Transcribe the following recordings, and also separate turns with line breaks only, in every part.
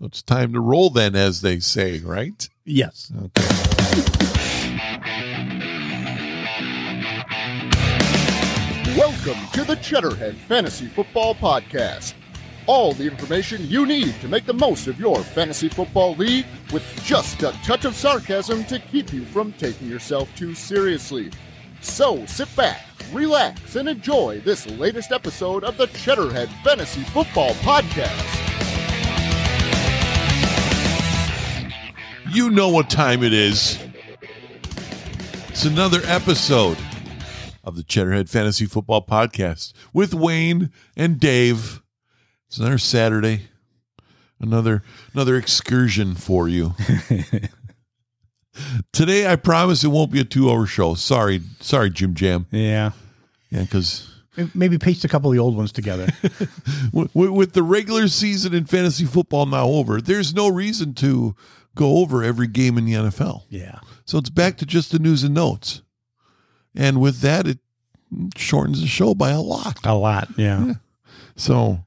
It's time to roll then, as they say, right?
Yes.
Welcome to the Cheddarhead Fantasy Football Podcast. All the information you need to make the most of your fantasy football league with just a touch of sarcasm to keep you from taking yourself too seriously. So sit back, relax, and enjoy this latest episode of the Cheddarhead Fantasy Football Podcast.
You know what time it is. It's another episode of the Cheddarhead Fantasy Football Podcast with Wayne and Dave. It's another Saturday, another another excursion for you. Today, I promise it won't be a two-hour show. Sorry, sorry, Jim Jam.
Yeah.
Yeah, because
Maybe paste a couple of the old ones together.
with, with the regular season in fantasy football now over, there's no reason to go over every game in the NFL.
yeah.
So it's back to just the news and notes. And with that, it shortens the show by a lot.
A lot. Yeah.
So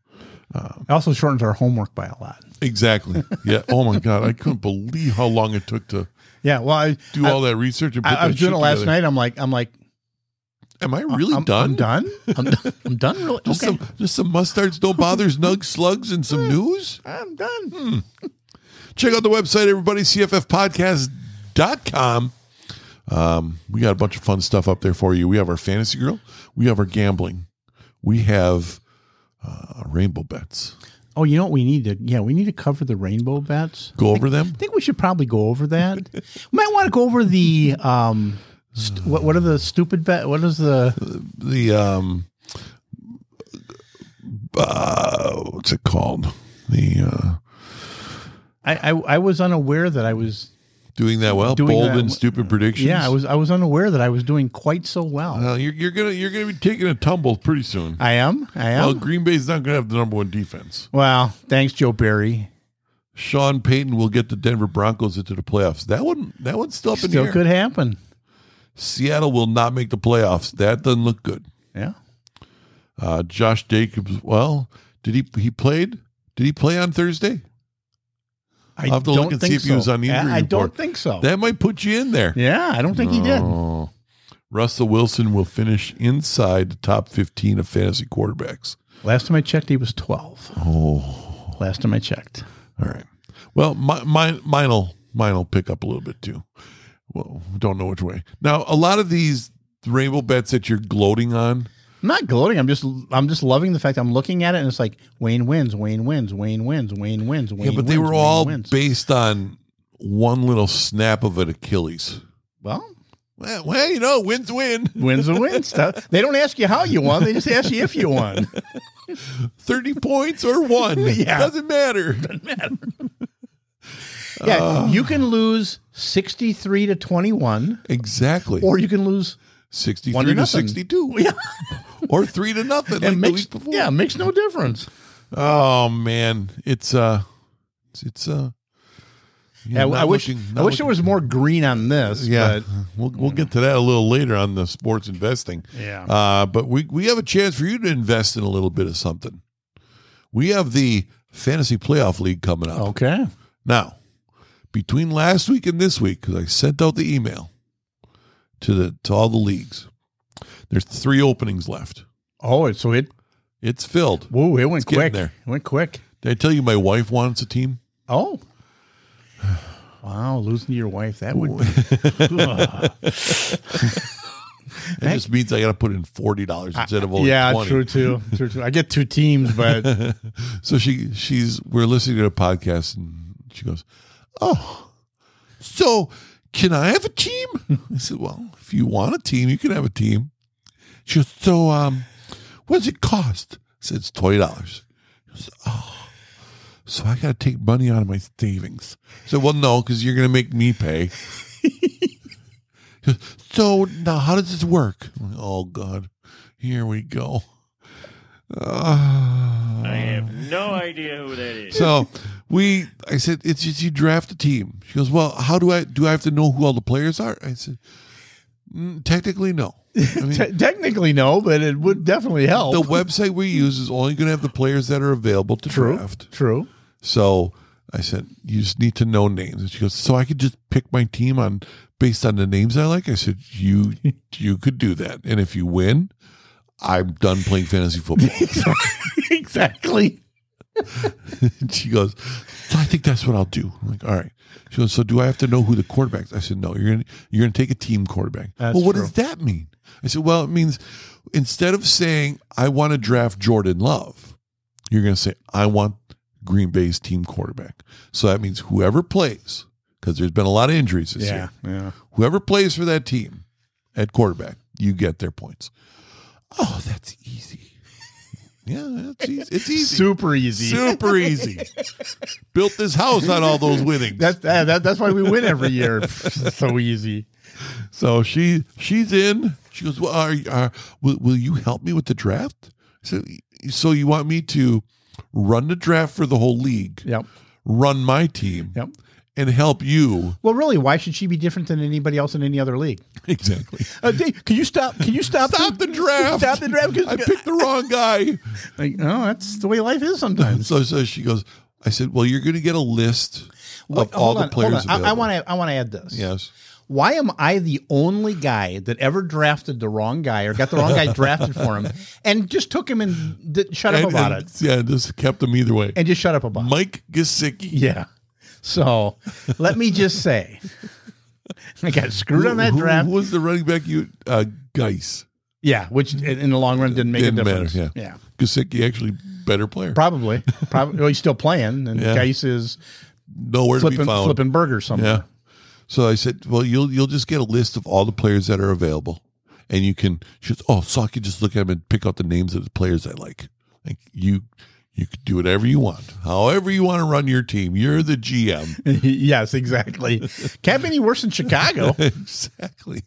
It also shortens our homework by a lot.
exactly, yeah. Oh my God, I couldn't believe how long it took to
Yeah. Well, I
do
I,
all that research. And
I,
put
I was
that
doing it
shit
last
together.
night. I'm like, I'm like,
Am I really
I'm
done?
I'm done. I'm done. I'm done. Really?
Just
Okay. Hmm.
some, just some mustards, don't bothers, nug slugs, and some news. Hmm.
I'm done.
Check out the website, everybody, cffpodcast.com. Um, we got a bunch of fun stuff up there for you. We have our fantasy girl, we have our gambling, we have uh, rainbow bets.
Oh, you know what we need to? Yeah, we need to cover the rainbow bets.
Go over them.
I think we should probably go over that. we might want to go over the um, st- what what are the stupid bet? What is the
The um, uh, what's it called? The uh,
I, I I was unaware that I was
doing that well,
Doing
bold
that- uh,
and stupid predictions.
yeah I was I was unaware that I was doing quite so well.
Well, you're, you're gonna you're gonna be taking a tumble pretty soon.
I am I am.
Well,
Well,
Green Bay's not gonna have the number one defense.
thanks, Joe Barry.
Sean Payton will get the Denver Broncos into the playoffs. That one, that one's still up in the
Still
air.
could happen.
Seattle will not make the playoffs. That doesn't look good.
Yeah.
Uh, Josh Jacobs. Well, did he he played? Did he play on Thursday?
I
I'll have to look and see if he was on the
I-
injury
I don't
report.
think so.
That might put you in there.
yeah, I don't think he did.
Oh. Russell Wilson will finish inside the top fifteen of fantasy quarterbacks.
Last time I checked, he was twelve.
Oh,
Last time I checked.
all right. Well, my, my, mine'll mine'll pick up a little bit too. Well, don't know which way. Now, a lot of these rainbow bets that you're gloating on,
I'm not gloating. I'm just I'm just loving the fact I'm looking at it and it's like Wayne wins, Wayne wins, Wayne wins, Wayne wins, Wayne
yeah, but they
wins,
were
Wayne
all
wins.
based on one little snap of an Achilles.
well,
Well, well, you know, wins win.
wins a win stuff. They don't ask you how you won, they just ask you if you won.
30 points or one.
Yeah.
Doesn't matter.
Yeah,
Ah.
you can lose 63 to 21
Exactly.
or you can lose
63
one
to,
to nothing.
62. or three to nothing.
it
Like the
makes,
week before.
yeah, it makes no difference.
Oh, man. It's, uh, it's, it's uh, yeah,
Yeah,
not
I wish
looking-
I
not
wish there
looking-
was more green on this,
Yeah,
yeah.
we'll we'll get to that a little later on the sports investing.
Yeah.
uh, but we we have a chance for you to invest in a little bit of something. We have the fantasy playoff league coming up
but Uh, okay.
now. Between last week and this week, because I sent out the email to the to all the leagues. There's three openings left.
Oh, so it
It's filled.
whoa, it went
getting
quick.
there.
It went quick.
Did I tell you my wife wants a team?
Oh. Wow, losing to your wife, that would
It just means I got to put in forty dollars instead of only
Yeah,
20.
true too. True too. I get two teams, but
So she she's we're listening to a podcast and she goes, "Oh, so can I have a team?" I said, "Well, if you want a team, you can have a team." She goes, "So um, what does it cost?" I said, "It's twenty dollars." Oh, so I got to take money out of my savings. I said, "Well, no, because you're going to make me pay." She goes, so now, how does this work? I'm like, oh God, here we go. Ah.
I have no idea who that is.
So we, I said, it's just you draft a team. She goes, well, how do I do? I have to know who all the players are. I said, "Mm, technically, no. I mean,
te- technically no, but it would definitely help.
the website we use is only going to have the players that are available to
true.
draft.
True.
So I said, you just need to know names. And she goes, so I could just pick my team on based on the names I like. I said, you you could do that, and if you win, I'm done playing fantasy football.
exactly.
And she goes, so I think that's what I'll do. I'm like, all right. She goes, so do I have to know who the quarterbacks? I said, no. You're gonna you're gonna take a team quarterback.
That's
well, what
true.
does that mean? I said, well, it means instead of saying I want to draft Jordan Love, you're gonna say I want Green Bay's team quarterback. So that means whoever plays, because there's been a lot of injuries this year.
yeah.
Whoever plays for that team at quarterback, you get their points. Oh, that's easy. Yeah, that's easy. It's easy.
Super easy.
Super easy. Built this house on all those winnings.
That's that, that, that's why we win every year. so easy.
so she she's in. She goes, "Well, are, are, will, will you help me with the draft?" So so you want me to run the draft for the whole league,
Yep.
run my team,
Yep.
and help you
Well, really, why should she be different than anybody else in any other league?
exactly.
Uh, Dave, can you stop? Can you stop?
Stop the draft.
Stop the draft. 'cause-
I picked the wrong guy.
like, no, that's the way life is sometimes.
So, so she goes, I said, Well, you're going to get a list
Wait,
of all
hold
the
on,
players
hold on.
available.
I want to. I want to add this.
Yes.
Why am I the only guy that ever drafted the wrong guy or got the wrong guy drafted for him and just took him and d- shut up
And-
about
and-
it
Yeah, just kept them either way.
and just shut up about it?
Mike Gesicki.
Yeah. So let me just say, I got screwed on that
Who-
draft.
Who was the running back you, uh, Geis?
Yeah, which in in the long run didn't make a
Didn't matter.
difference.
Yeah.
yeah.
Gesicki, actually, better player.
Probably. Probably. well, he's still playing, and
Yeah.
Geis is
Nowhere to
flipping,
be found.
flipping burgers
Yeah.
somewhere.
So I said, well, you'll you'll just get a list of all the players that are available, and you can just oh, so I can just look at them and pick out the names of the players I like. Like you, you could do whatever you want, however you want to run your team. You're the GM,
yes, exactly. Can't be any worse than Chicago.
exactly.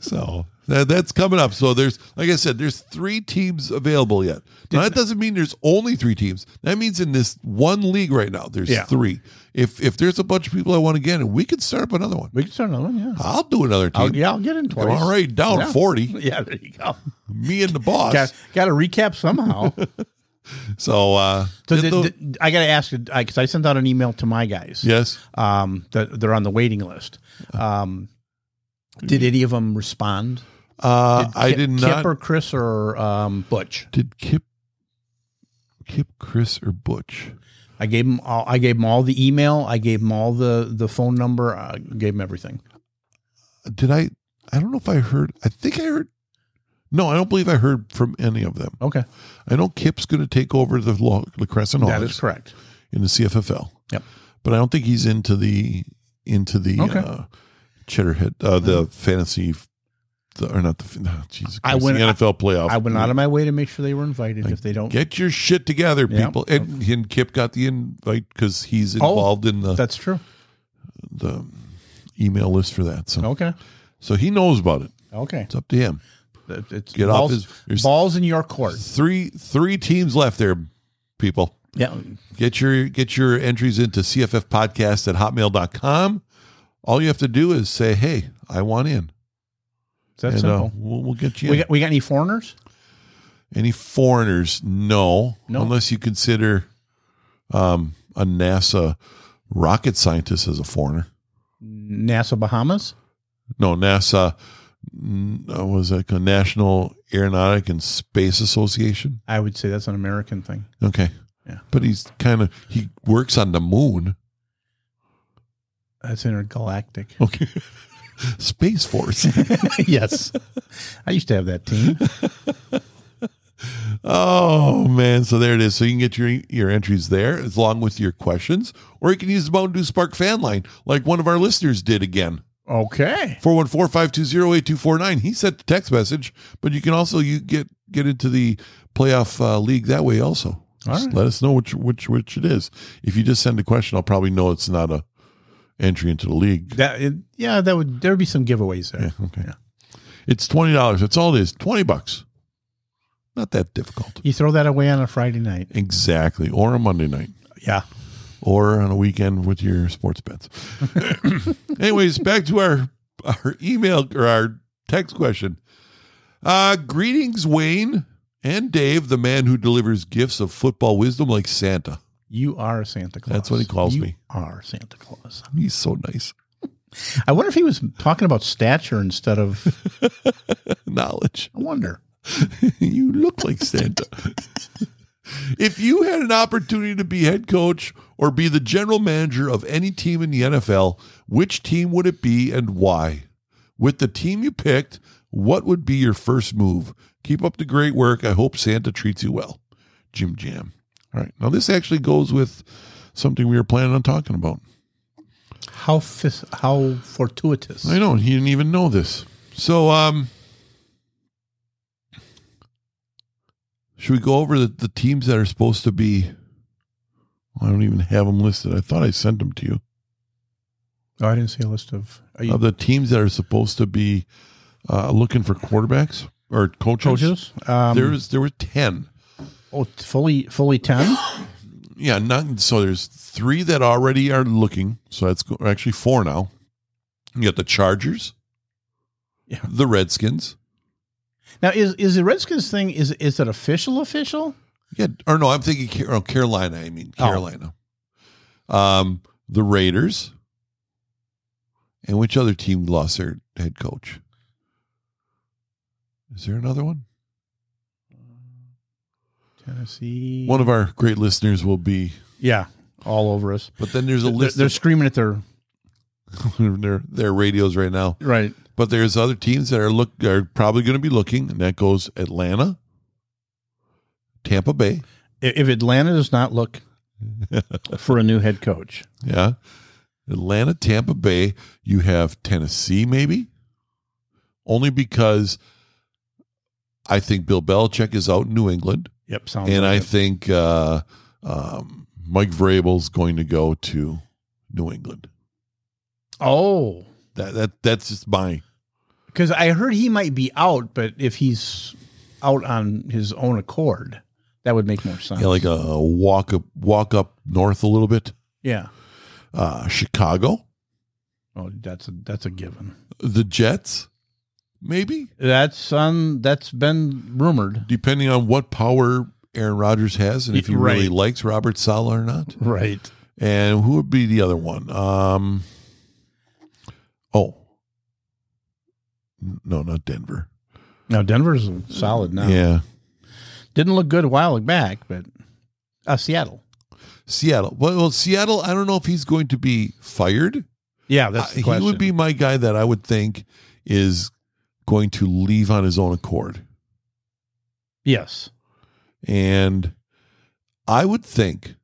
so that, that's coming up. So there's, like I said, there's three teams available yet. Now that doesn't mean there's only three teams. That means in this one league right now, there's
Yeah.
three. If if there's a bunch of people I want to get, in, we could start up another one.
We can start another one. Yeah.
I'll do another team.
I'll, yeah, I'll get in twice.
I'm already down
Yeah.
40.
Yeah, there you go.
Me and the boss.
Got, got to recap somehow.
So, uh,
So
get
did,
the-
did- I got to ask because I sent out an email to my guys.
yes,
um, that they're on the waiting list.
Uh-huh.
Um, did any of them respond?
uh, I
Kip-
did
Kip
not.
or Chris or um, Butch.
did Kip, Kip, Chris, or Butch?
I gave them all. I gave them all the email. I gave them all the the phone number. I gave them everything.
Did I? I don't know if I heard. I think I heard. No, I don't believe I heard from any of them.
Okay,
I know Kip's going to take over the La, La Crescent
that
Hawks
is correct.
in the CFFL.
Yep.
but I don't think he's into the into the
Okay.
uh, Cheddarhead, uh, the fantasy, the, or not the. Oh, Jesus,
I
Christ,
went-
the NFL playoff.
I went out of my way to make sure they were invited. if they don't,
Get your shit together,
Yeah. Oh.
people. And, and Kip got the invite because he's involved in the,
that's true.
the email list for that. So,
Okay,
so he knows about it.
okay.
It's up to him.
It- It's
Get off
balls,
his- there's-
balls in your court.
Three three teams left there, people.
Yeah,
Get your get your entries into CFF podcast at hotmail.com. All you have to do is say, "Hey, I want in,"
that's
and uh,
simple.
we'll, we'll get you.
We
in.
got we got any foreigners?
Any foreigners? No,
No.
unless you consider um, a NASA rocket scientist as a foreigner.
NASA Bahamas.
no NASA. n- uh, Was that called? National Aeronautic and Space Association?
I would say that's an American thing.
Okay,
Yeah.
But he's kind of he works on the moon.
That's intergalactic.
Okay, Space Force.
yes. I used to have that team.
oh man! So there it is. So you can get your your entries there as long with your questions, or you can use the Mountain Dew Spark fan line, like one of our listeners did again.
Okay.
414-520-8249. He sent the text message, but you can also you get get into the playoff uh, league that way also. Just
right.
Let us know which which which it is. If you just send a question, I'll probably know it's not a entry into the league. Eh,
That it, yeah, that would there would be some giveaways there.
Okay. It's twenty dollars. That's all it is. Twenty bucks. Not that difficult.
You throw that away on a Friday night.
Exactly. Or a Monday night.
Yeah.
Or on a weekend with your sports bets. Anyways, back to our our email or our text question. Uh, greetings, Wayne and Dave, the man who delivers gifts of football wisdom like Santa.
You are Santa Claus.
That's what he calls
You
me.
Are Santa Claus.
He's so nice.
I wonder if he was talking about stature instead of.
Knowledge.
I wonder.
you look like Santa. if you had an opportunity to be head coach or be the general manager of any team in the NFL, which team would it be and why? With the team you picked, what would be your first move? Keep up the great work. I hope Santa treats you well. Jim Jam. All right. Now, this actually goes with something we were planning on talking about.
How fis- how fortuitous.
I know. He didn't even know this. So, um, should we go over the, the teams that are supposed to be? I don't even have them listed. I thought I sent them to you.
Oh, I didn't see a list of. Are you
Of the teams that are supposed to be uh, looking for quarterbacks or coaches,
coaches? Um,
there was there were ten.
oh, fully fully ten.
Yeah, not so. There's three that already are looking. So that's go- actually four now. You got the Chargers,
Yeah.
the Redskins.
now is is the Redskins thing is is it official official?
Yeah, or no, I'm thinking Car- oh, Carolina. I mean
Oh.
Carolina. Um, the Raiders, and which other team lost their head coach? Is there another one?
Tennessee.
One of our great listeners will be,
yeah, all over us.
but then there's a
They're,
list.
they're screaming at their
of their their radios right now.
right.
But there's other teams that are look are probably going to be looking, and that goes Atlanta, Tampa Bay,
I- If Atlanta does not look for a new head coach,
Yeah. Atlanta, Tampa Bay, you have Tennessee, maybe. Only because I think Bill Belichick is out in New England.
yep, sounds.
and
like
I
it.
think uh, um, Mike Vrabel's going to go to New England.
oh,
That that that's just my
because I heard he might be out, but if he's out on his own accord, that would make more sense.
yeah, like a walk up walk up north a little bit.
yeah.
Uh, Chicago,
Oh, that's a that's a given.
the Jets, maybe.
That's um that's been rumored.
Depending on what power Aaron Rodgers has and if he really
Right.
likes Robert Sala or not.
Right.
And who would be the other one? Um Oh. No, not Denver.
Now Denver's solid now.
Yeah.
Didn't look good a while back, but uh Seattle.
Seattle. Well, well, Seattle, I don't know if he's going to be fired.
Yeah,
Uh, he would be my guy that I would think is going to leave on his own accord.
yes.
And I would think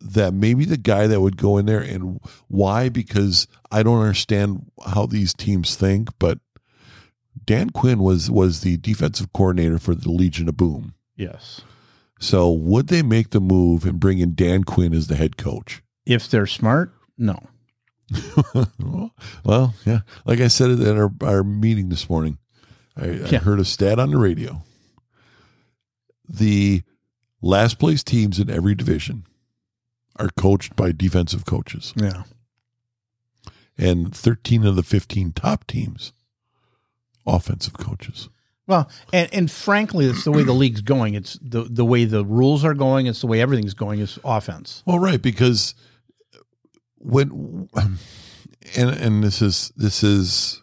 that maybe the guy that would go in there and why? Because I don't understand how these teams think, but Dan Quinn was was the defensive coordinator for the Legion of Boom.
Yes.
So would they make the move and bring in Dan Quinn as the head coach?
If they're smart, no.
well, yeah. Like I said at our, our meeting this morning, I, I
Yeah.
heard a stat on the radio. The last place teams in every division are coached by defensive coaches,
Yeah.
and 13 of the 15 top teams, offensive coaches.
Well, and, and frankly, it's the way the league's going. It's the the way the rules are going. It's the way everything's going. Is offense.
Well, right, because when and and this is this is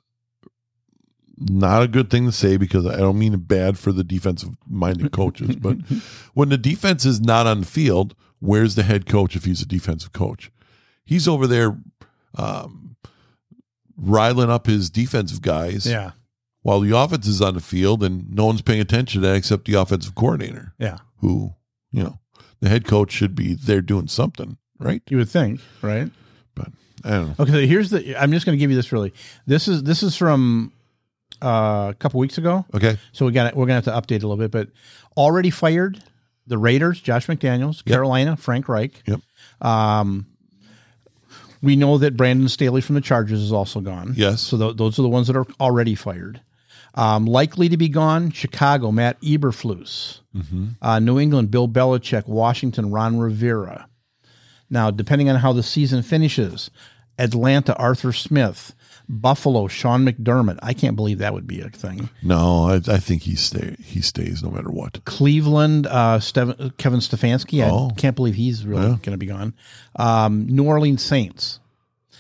not a good thing to say because I don't mean it bad for the defensive minded coaches, but when the defense is not on the field, where's the head coach if he's a defensive coach? He's over there um, riling up his defensive guys
Yeah.
while the offense is on the field and no one's paying attention to that except the offensive coordinator
Yeah.
who, you know, the head coach should be there doing something, right?
You would think, right?
But I don't know.
Okay, so here's the. I'm just going to give you this. Really, this is this is from uh, a couple weeks ago.
Okay.
So we got we're going to have to update a little bit. But already fired the Raiders, Josh McDaniels, Carolina, Frank Reich.
Yep.
Um, we know that Brandon Staley from the Chargers is also gone.
Yes.
So tho- those are the ones that are already fired. Um, likely to be gone: Chicago, Matt Eberflus,
Mm-hmm.
uh, New England, Bill Belichick, Washington, Ron Rivera. Now, depending on how the season finishes, Atlanta, Arthur Smith. Buffalo, Sean McDermott. I can't believe that would be a thing.
No, I, I think he stay he stays no matter what.
Cleveland, uh, Stev- Kevin Stefanski. I
Oh.
can't believe he's really going to be gone. Um, New Orleans Saints,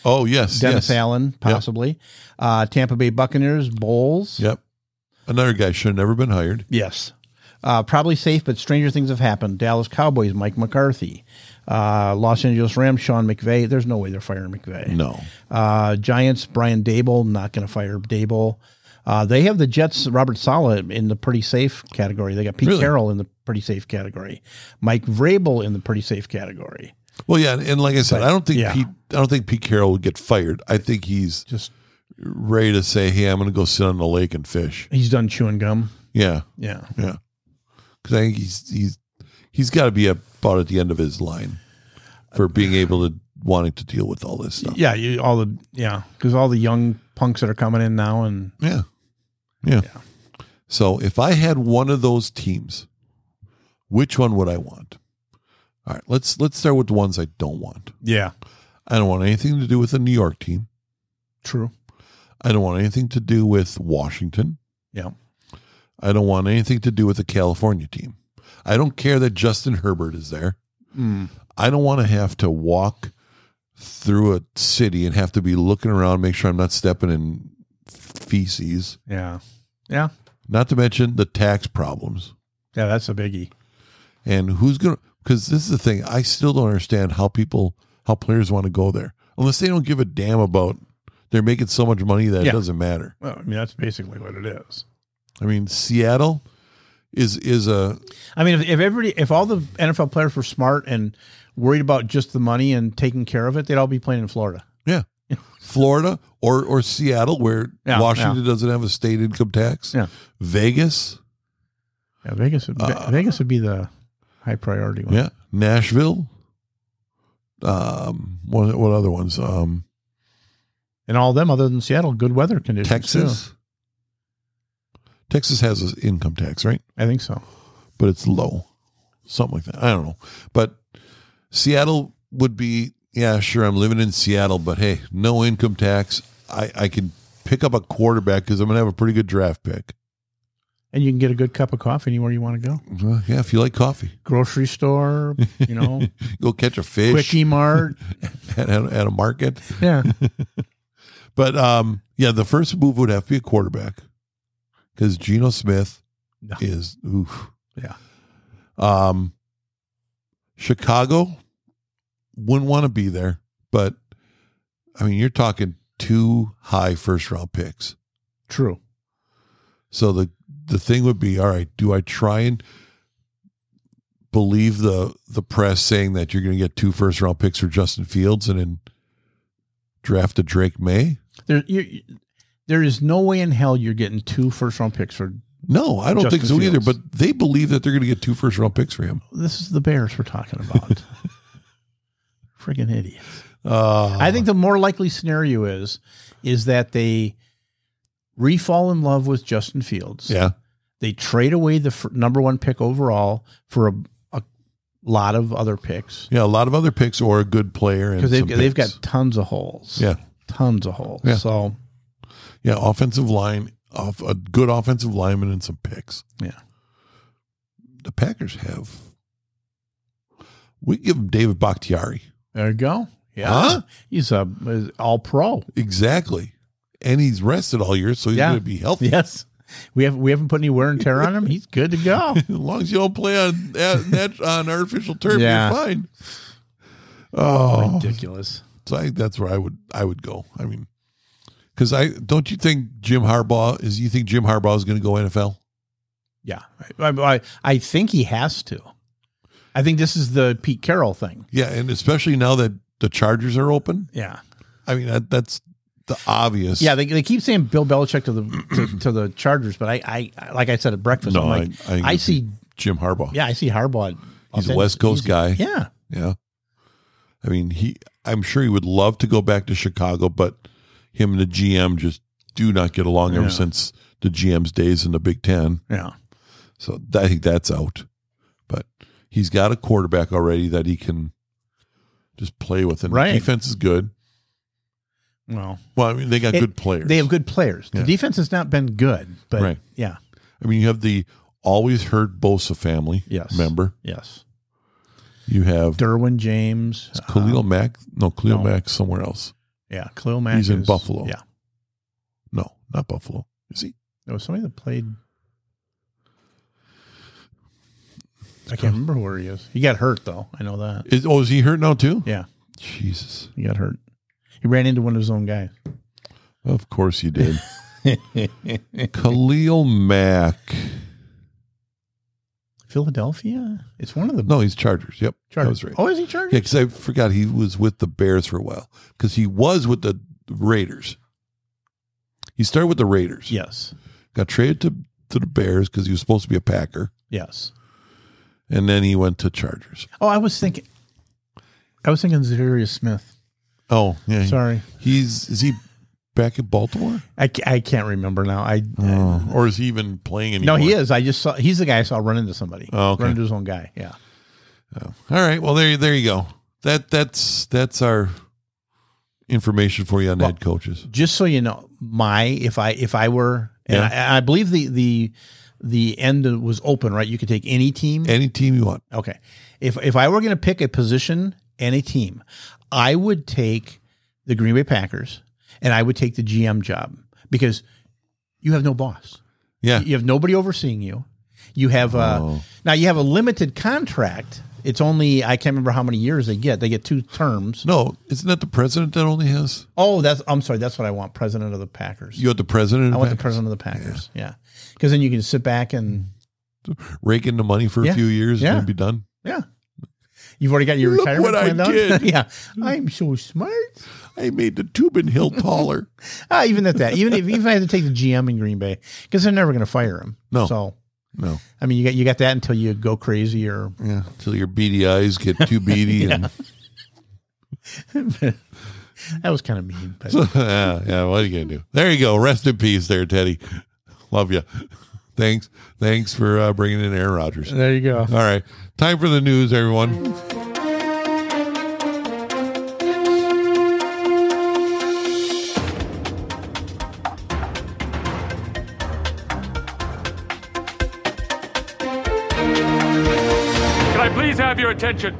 Oh yes,
Dennis
yes.
Allen, possibly. Uh, Tampa Bay Buccaneers, Bowles.
Yep, another guy should have never been hired.
Yes. Uh, probably safe, but stranger things have happened. Dallas Cowboys, Mike McCarthy. Uh, Los Angeles Rams, Sean McVay. There's no way they're firing McVay.
No,
Uh, Giants, Brian Dable, not going to fire Dable. Uh, they have the Jets, Robert Sala in the pretty safe category. They got Pete
Really?
Carroll in the pretty safe category. Mike Vrabel in the pretty safe category.
well, yeah, and like I said, I don't think
yeah.
Pete. I don't think Pete Carroll would get fired. I think he's
Just
ready to say, "Hey, I'm going to go sit on the lake and fish."
he's done chewing gum.
Yeah,
Yeah.
yeah, because I think he's he's he's got to be about at the end of his line for being able to wanting to deal with all this stuff.
Yeah, you all the yeah, cuz all the young punks that are coming in now and
Yeah. Yeah. So if I had one of those teams, which one would I want? All right, let's let's start with the ones I don't want.
yeah,
I don't want anything to do with the New York team.
true.
I don't want anything to do with Washington.
Yeah.
I don't want anything to do with the California team. I don't care that Justin Herbert is there.
Hmm.
I don't want to have to walk through a city and have to be looking around, make sure I'm not stepping in feces.
Yeah. Yeah.
Not to mention the tax problems.
Yeah, that's a biggie.
and who's going to because this is the thing i still don't understand how people how players want to go there unless they don't give a damn about they're making so much money that
Yeah.
it doesn't matter
Well, I mean that's basically what it is.
i mean seattle is is a
I mean, if, if everybody, if all the NFL players were smart and worried about just the money and taking care of it, they'd all be playing in Florida.
yeah florida or or seattle where
Yeah,
washington doesn't have a state income tax
Yeah.
vegas
Yeah, Vegas. Would,
Uh,
Vegas would be the high priority one.
yeah nashville um what, what other ones um
And all them, other than Seattle, good weather conditions.
texas texas has an income tax right
too. I think so.
but it's low, something like that. I don't know. But Seattle would be, yeah, sure, I'm living in Seattle, but hey, no income tax. I, I can pick up a quarterback because I'm going to have a pretty good draft pick.
And you can get a good cup of coffee anywhere you want to go.
Well, yeah, if you like coffee,
Grocery store, you know,
go catch a fish
Quickie Mart.
at, at, at a market.
Yeah.
But um, yeah, the first move would have to be a quarterback because Geno Smith
No.
is oof.
Yeah.
Um, Chicago wouldn't want to be there, but I mean, you're talking two high first round picks.
True.
So the the thing would be, all right, do I try and believe the the press saying that you're going to get two first round picks for Justin Fields and then draft a Drake May?
There, you, you- there is no way in hell you're getting two first round picks for
No, I don't
Justin
think so either.
Fields.
But they believe that they're going to get two first round picks for him.
this is the Bears we're talking about. Friggin' idiot.
Uh,
I think the more likely scenario is is that they refall in love with Justin Fields.
Yeah,
They trade away the f- number one pick overall for a, a lot of other picks
yeah. A lot of other picks or a good player and
because they've
some
they've
picks.
got tons of holes.
yeah,
tons of holes.
Yeah.
So
yeah. Offensive line, off a good offensive lineman and some picks.
Yeah.
the Packers have. We give them David Bakhtiari
there you go. Yeah,
Huh?
he's a is all pro.
exactly, and he's rested all year, so he's
Yeah.
going to be healthy.
Yes, we have we haven't put any wear and tear on him. He's good to go.
as long as you don't play on that on artificial turf,
Yeah.
you're fine. Oh,
Ridiculous.
So I, that's where I would I would go. I mean, because I don't you think Jim Harbaugh is? You think Jim Harbaugh is going to go NFL?
Yeah, I, I, I think he has to. I think this is the Pete Carroll thing.
Yeah, and especially now that the Chargers are open.
Yeah,
I mean, that, that's the obvious.
yeah. They, they keep saying Bill Belichick to the to, to the Chargers, but I, I like I said at breakfast,
No,
I'm like
I- I
I,
think it's
see.
Jim Harbaugh.
Yeah, I see Harbaugh.
He's a West Coast guy.
Yeah,
Yeah. I mean, he. I'm sure he would love to go back to Chicago, but him and the GM just do not get along
Yeah.
ever since the GM's days in the Big Ten.
yeah,
So th- I think that's out. But he's got a quarterback already that he can just play with, and
Right.
the defense is good.
Well,
Well, I mean, they got
it-
good players.
They have good players.
Yeah.
The defense has not been good, but
Right.
yeah,
I mean, you have the always heard Bosa family.
Yes.
Remember,
yes.
you have
Derwin James, uh,
Khalil Mack. No, Khalil
no.
Mack somewhere else.
yeah, Khalil Mack.
He's in
is-
Buffalo.
Yeah,
No, not Buffalo. Is he?
there was somebody that played. I can't remember where he is. He got hurt though. I know that.
Is, oh, is he hurt now too?
Yeah,
Jesus.
he got hurt. He ran into one of his own guys.
Of course you did. Khalil Mack.
Philadelphia. It's one of the
No, he's Chargers. Yep. That
Chargers.
was right.
Oh, is he
Yeah,
Chargers?
because I forgot he was with the Bears for a while because he was with the Raiders. He started with the Raiders.
Yes.
Got traded to, to the Bears because he was supposed to be a Packer.
Yes.
And then he went to Chargers.
Oh, I was thinking. I was thinking Zadarius Smith.
Oh, yeah.
Sorry,
He's is he back in Baltimore?
I, ca- I can't remember now. I,
Oh, or is he even playing
no,
anymore?
he is. I just saw he's the guy I saw run into somebody.
Oh, okay.
Run into his own guy. Yeah.
All right. Well, there you there you go. That that's that's our information for you on
Well-
head coaches.
Just so you know, my if I if I were and
Yeah.
I, and I believe the the the end was open right. You could take any team.
Any team you want.
Okay. If if I were going to pick a position and a team, I would take the Green Bay Packers and I would take the GM job because you have no boss.
Yeah.
You have nobody overseeing you. You have uh,
Oh.
now you have a limited contract. It's only I can't remember how many years they get. They get two terms.
No, isn't that the president that only has?
Oh, that's I'm sorry. That's what I want. President of the Packers.
You had the president.
I want the
back?
president of the Packers. Yeah, because then you can sit back and
rake in the money for
Yeah.
a few years
Yeah.
and then be done.
yeah. You've already got your
Look
retirement
what I
planned out?
did.
yeah, I'm so smart.
I made the Tubin Hill taller.
Ah, even at that, even if even if I had to take the GM in Green Bay, because they're never going to fire him.
No.
So
no.
I mean, you got you got that until you go crazy or
Yeah. Till your beady eyes get too beady. and,
that was kind of mean. But
yeah, yeah. What are you going to do? There you go. Rest in peace there, Teddy. Love you. Thanks. Thanks for uh, bringing in Aaron Rodgers.
there you go.
All right. Time for the news, everyone.
Can I please have your attention?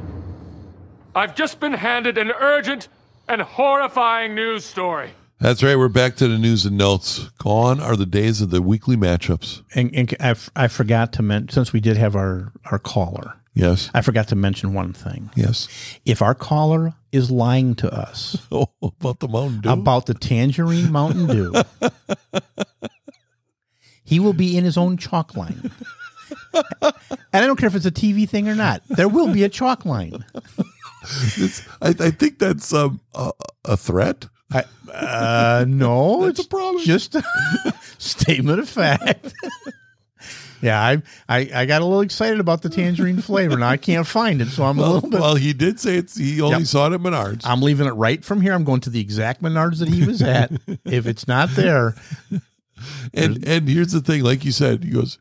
I've just been handed an urgent and horrifying news story.
That's right. We're back to the news and notes. Gone are the days of the weekly matchups.
And, and I, f- I forgot to mention since we did have our our caller,
Yes.
I forgot to mention one thing.
Yes.
If our caller is lying to us
Oh, about the Mountain Dew.
about the Tangerine Mountain Dew, he will be in his own chalk line. And I don't care if it's a TV thing or not. There will be a chalk line.
It's- I, I think that's um, a, a threat.
I, uh, no,
That's
it's
a promise.
Just a statement of fact. yeah, I, I I got a little excited about the tangerine flavor. Now I can't find it, so I'm a
Well,
little bit.
well, he did say it's, he only
Yep.
saw it at Menards.
I'm leaving it right from here. I'm going to the exact Menards that he was at. if it's not there,
And and here's the thing, like you said, he goes,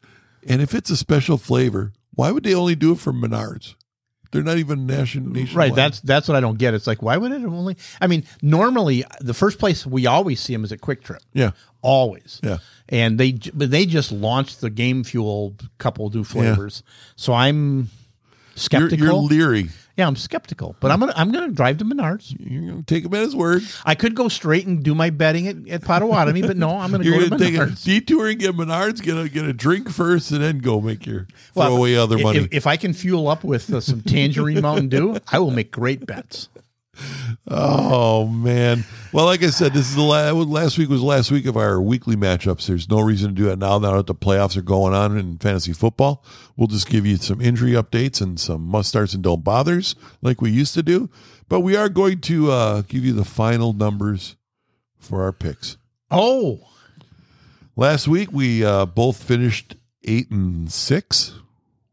and if it's a special flavor, why would they only do it from Menards? They're not even national nationwide.
right? That's that's what I don't get. It's like why would it only? I mean, normally the first place we always see him is at Quick Trip.
yeah,
always.
Yeah.
And they j- but they just launched the game fuel couple new flavors. So I'm
you're,
skeptical.
you're leery.
yeah, I'm skeptical, but I'm gonna I'm gonna drive to Menards.
You're gonna take him at his word.
I could go straight and do my betting at, at Potawatomi, but no, I'm gonna
You're
go to
gonna take a
Menards.
detour and get Menards, get a get a drink first, and then go make your
Well,
throw away other
if-
money.
If, if I can fuel up with uh, some tangerine Mountain Dew, I will make great bets.
oh man. Well, like I said, this is the last, last week was the last week of our weekly matchups. There's no reason to do it now. Now that the playoffs are going on in fantasy football, we'll just give you some injury updates and some must starts and don't bothers like we used to do. But we are going to uh, give you the final numbers for our picks.
Oh,
Last week we uh, both finished eight and six.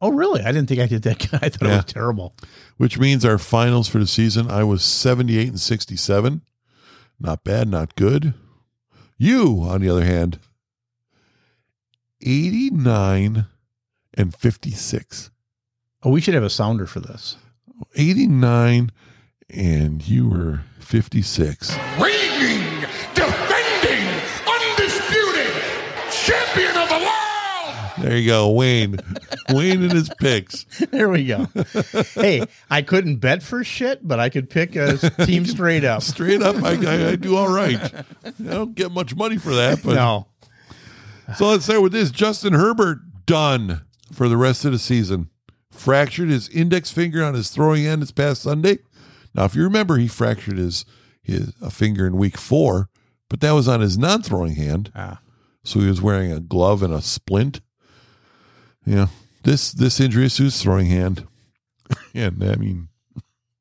oh, really? I didn't think I did that. I thought
Yeah.
it was terrible.
which means our finals for the season, I was 78 and 67. Not bad, not good. You, on the other hand, 89 and 56.
Oh, we should have a sounder for this.
89 and you were 56.
reigning, defending, undisputed champion of the world,
There you go, Wayne. Wayne and his picks.
There we go. hey, I couldn't bet for shit, but I could pick a team straight up.
Straight up, I, I, I do all right. I don't get much money for that, but
No.
So let's start with this. Justin Herbert done for the rest of the season. Fractured his index finger on his throwing end this past Sunday. Now, if you remember, he fractured his his a finger in week four, but that was on his non-throwing hand.
Ah.
So he was wearing a glove and a splint. Yeah. This this injury is to his throwing hand. and I mean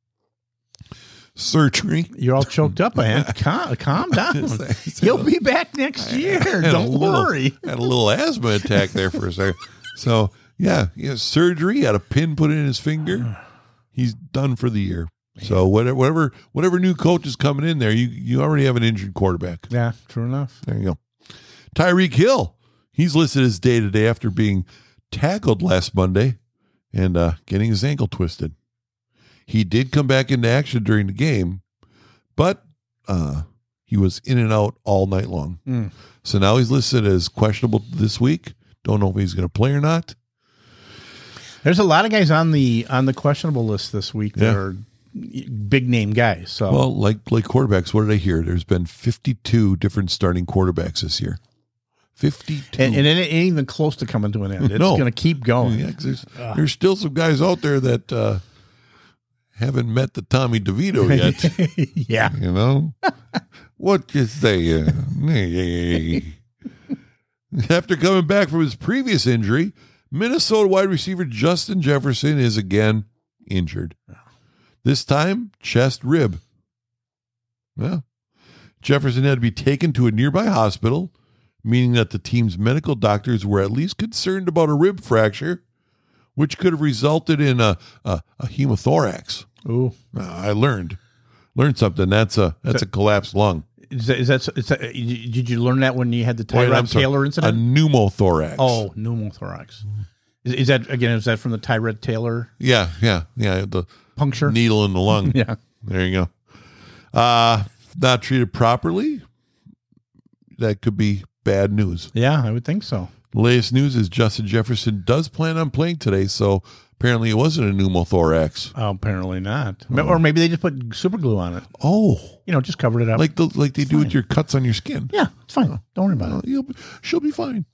surgery.
You're all choked up, man. Calm, calm down. He'll be back next year.
had a
Don't
little-
worry.
Had a little asthma attack there for a second. So yeah, he has surgery. He had a pin put in his finger. He's done for the year. So whatever, whatever, whatever new coach is coming in there, you you already have an injured quarterback.
Yeah, true enough.
There you go. Tyreek Hill. He's listed as day to day after being tackled last Monday and uh, getting his ankle twisted. He did come back into action during the game, but uh, he was in and out all night long.
Mm.
So now he's listed as questionable this week. Don't know if he's going to play or not.
There's a lot of guys on the on the questionable list this week
Yeah.
that are big name guys. So
Well, like like quarterbacks, what did I hear? There's been 52 different starting quarterbacks this year. 52.
and, and it ain't even close to coming to an end. It's
No.
going to keep going.
Yeah, 'cause there's, there's still some guys out there that uh, haven't met the Tommy DeVito yet.
yeah.
you know what you saying? After coming back from his previous injury, Minnesota wide receiver Justin Jefferson is again injured. This time, chest rib. Well, Jefferson had to be taken to a nearby hospital, meaning that the team's medical doctors were at least concerned about a rib fracture, which could have resulted in a, a, a hemothorax.
Ooh.
Uh, I learned learned something. That's a that's a collapsed lung.
Is that, is that, is that did you learn that when you had the
Wait,
Tyrod
I'm sorry.
Taylor
A
incident?
pneumothorax.
oh, pneumothorax. Is, is that again? Is that from the Tyrod Taylor
yeah, yeah, yeah. The
puncture?
needle in the lung.
Yeah.
There you go. Uh not treated properly. That could be bad news.
Yeah, I would think so.
The latest news is Justin Jefferson does plan on playing today, so apparently it wasn't a pneumothorax.
Oh, apparently not. Ma- Or maybe they just put super glue on it.
Oh,
You know, just covered it up.
like the like they do with your cuts on your skin.
yeah, it's fine. Don't worry about
Uh,
it.
he'll be- she'll be fine.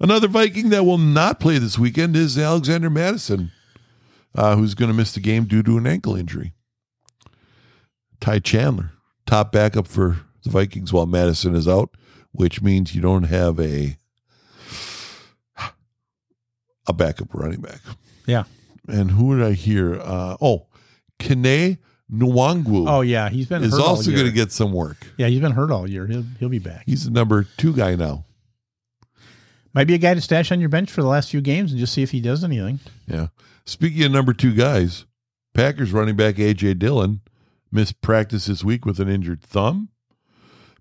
Another Viking that will not play this weekend is Alexander Madison, uh, who's going to miss the game due to an ankle injury. Ty Chandler, top backup for the Vikings while Madison is out, which means you don't have a a backup running back.
Yeah.
And who did I hear? Uh, oh, Kene Nwangwu
Oh yeah, he's been
is
hurt all
also going
year.
to get some work.
Yeah, he's been hurt all year. He'll he'll be back.
He's the number two guy now.
Might be a guy to stash on your bench for the last few games and just see if he does anything.
Yeah. Speaking of number two guys, Packers running back AJ Dillon missed practice this week with an injured thumb.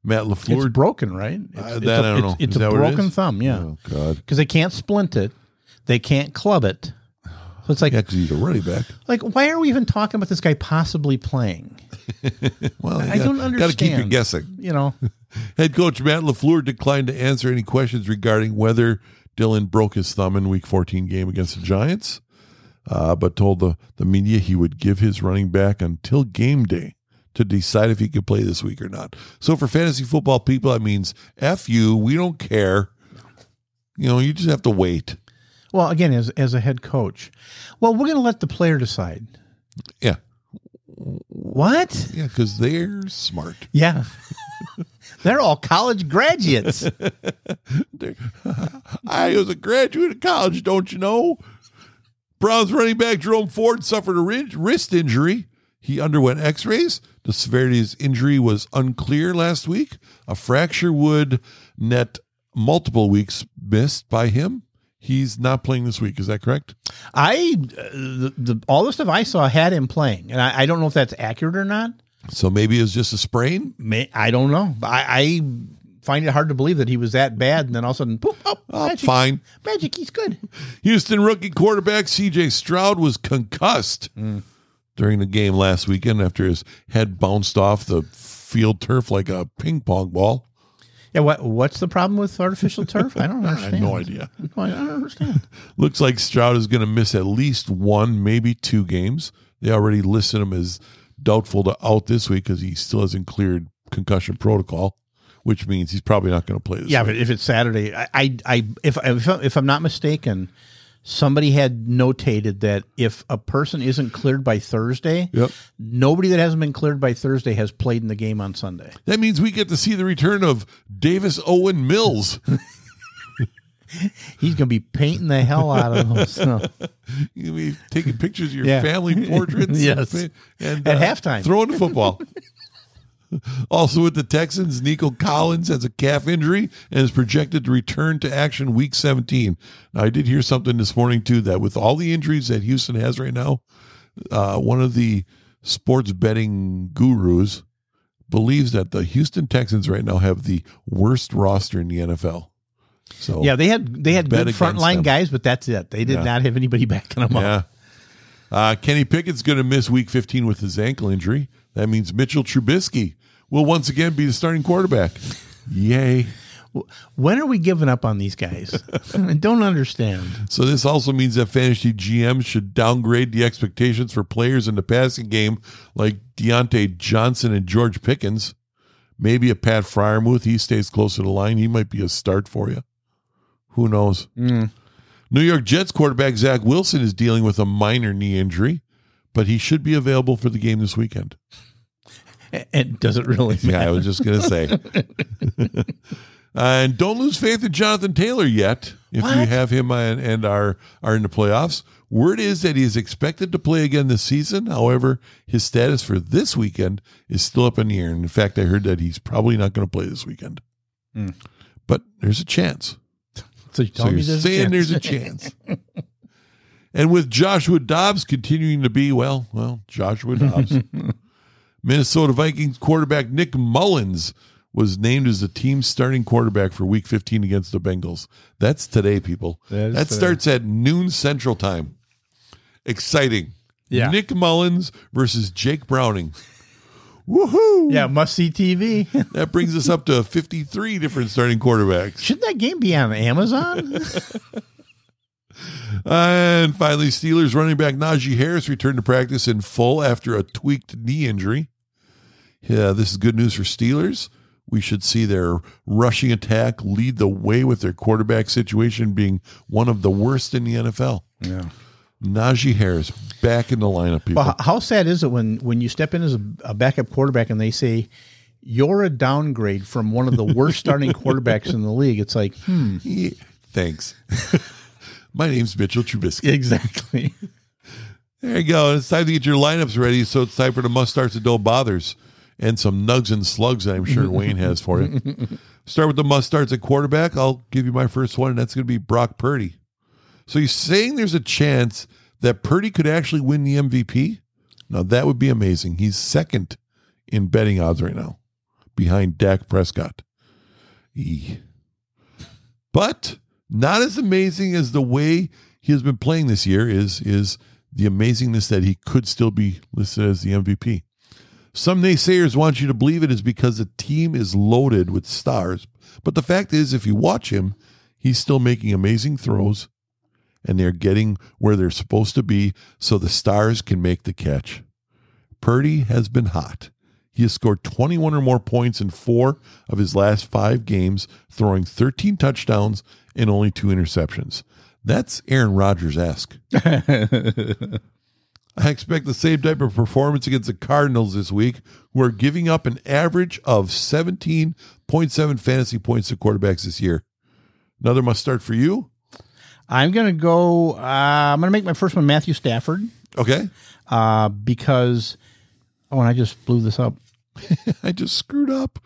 Matt
It's
Lafleur,
broken, right? It's,
Uh,
it's
that
a,
I don't know.
it's- it's
Is
a
that what it
broken
is?
thumb. Yeah,
oh god,
because they can't splint it, they can't club it. So it's like,
yeah, because he's a running back.
like, why are we even talking about this guy possibly playing?
Well,
I don't
Got to keep you
understand.
guessing.
You know,
Head coach Matt Lafleur declined to answer any questions regarding whether Dillon broke his thumb in Week 14 game against the Giants, uh, but told the the media he would give his running back until game day to decide if he could play this week or not. So for fantasy football people, that means f you. We don't care. You know, you just have to wait.
well, again, as as a head coach, well, we're going to let the player decide.
Yeah,
What?
yeah, because they're smart.
Yeah. They're all college graduates.
There- I was a graduate of college, don't you know? Browns running back Jerome Ford suffered a ri- wrist injury. He underwent x rays. The severity of his injury was unclear last week. A fracture would net multiple weeks missed by him. He's not playing this week. Is that correct?
I uh, the, the all the stuff I saw had him playing, and I, I don't know if that's accurate or not.
So maybe it's just a sprain.
May, I don't know. But I, I find it hard to believe that he was that bad, and then all of a sudden, poof, oh,
Oh,
magic,
fine.
magic, he's good.
Houston rookie quarterback CJ Stroud was concussed during the game last weekend after his head bounced off the field turf like a ping pong ball.
Yeah, what what's the problem with artificial turf? I don't
I
understand.
had no idea.
No, I don't understand.
Looks like Stroud is going to miss at least one, maybe two games. They already listed him as doubtful to out this week because he still hasn't cleared concussion protocol, which means he's probably not going to play this.
Yeah,
week.
but if it's Saturday, I, I, I if if I'm, if I'm not mistaken, somebody had notated that if a person isn't cleared by Thursday,
Yep.
nobody that hasn't been cleared by Thursday has played in the game on Sunday.
that means we get to see the return of Davis Owen Mills.
He's going to be painting the hell out of them. So.
you mean taking pictures of your
Yeah.
family portraits?
Yes.
And, uh,
At halftime.
Throwing the football. also with the Texans, Nico Collins has a calf injury and is projected to return to action week 17. Now, I did hear something this morning, too, that with all the injuries that Houston has right now, uh, one of the sports betting gurus believes that the Houston Texans right now have the worst roster in the NFL. So
Yeah, they had they had
Bet
good
against them.
frontline guys, but that's it. They did
Yeah.
not have anybody backing them up.
Yeah. Uh, Kenny Pickett's going to miss week 15 with his ankle injury. That means Mitchell Trubisky will once again be the starting quarterback. Yay.
When are we giving up on these guys? I don't understand.
So, this also means that fantasy GMs should downgrade the expectations for players in the passing game like Deontay Johnson and George Pickens. Maybe a Pat Fryermuth. He stays close to the line. He might be a start for you. Who knows? New York Jets quarterback Zach Wilson is dealing with a minor knee injury, but he should be available for the game this weekend.
It doesn't really
Yeah, I was just going to say. and don't lose faith in Jonathan Taylor yet. If you
What?
have him and, and are are in the playoffs, word is that he is expected to play again this season. However, his status for this weekend is still up in the air. And in fact, I heard that he's probably not going to play this weekend. But there's a chance.
So you
So
me
you're
there's a
saying
chance.
there's a chance. and with Joshua Dobbs continuing to be, well, well, Joshua Dobbs. Minnesota Vikings quarterback Nick Mullins was named as the team's starting quarterback for week 15 against the Bengals. That's today, people.
That
That,
is today.
starts at noon central time. Exciting.
Yeah.
Nick Mullins versus Jake Browning. Woohoo!
Yeah, must see TV.
That brings us up to 53 different starting quarterbacks.
Shouldn't that game be on Amazon?
And finally, Steelers running back Najee Harris returned to practice in full after a tweaked knee injury. Yeah, this is good news for Steelers. We should see their rushing attack lead the way with their quarterback situation being one of the worst in the NFL.
yeah.
Najee Harris back in the lineup, people.
Well, h- how sad is it when when you step in as a, a backup quarterback and they say you're a downgrade from one of the worst starting quarterbacks in the league? It's like hmm,
Yeah, thanks. My name's Mitchell Trubisky.
exactly.
There you go. It's time to get your lineups ready. So it's time for the must starts and don't bothers and some nugs and slugs that I'm sure Wayne has for you. Start with the must starts at quarterback. I'll give you my first one, and that's going to be Brock Purdy. So you're saying there's a chance that Purdy could actually win the MVP? Now, that would be amazing. He's second in betting odds right now behind Dak Prescott. Eeh but not as amazing as the way he has been playing this year is is the amazingness that he could still be listed as the MVP. Some naysayers want you to believe it is because the team is loaded with stars, but the fact is, if you watch him, he's still making amazing throws, and they're getting where they're supposed to be, so the stars can make the catch. Purdy has been hot. He has scored 21 or more points in four of his last five games, throwing 13 touchdowns and only two interceptions. That's Aaron Rodgers esque. I expect the same type of performance against the Cardinals this week, who are giving up an average of 17.7 fantasy points to quarterbacks this year. Another must start for you.
I'm gonna go. Uh, I'm gonna make my first one Matthew Stafford
Okay.
uh, because oh, and I just blew this up.
I just screwed up.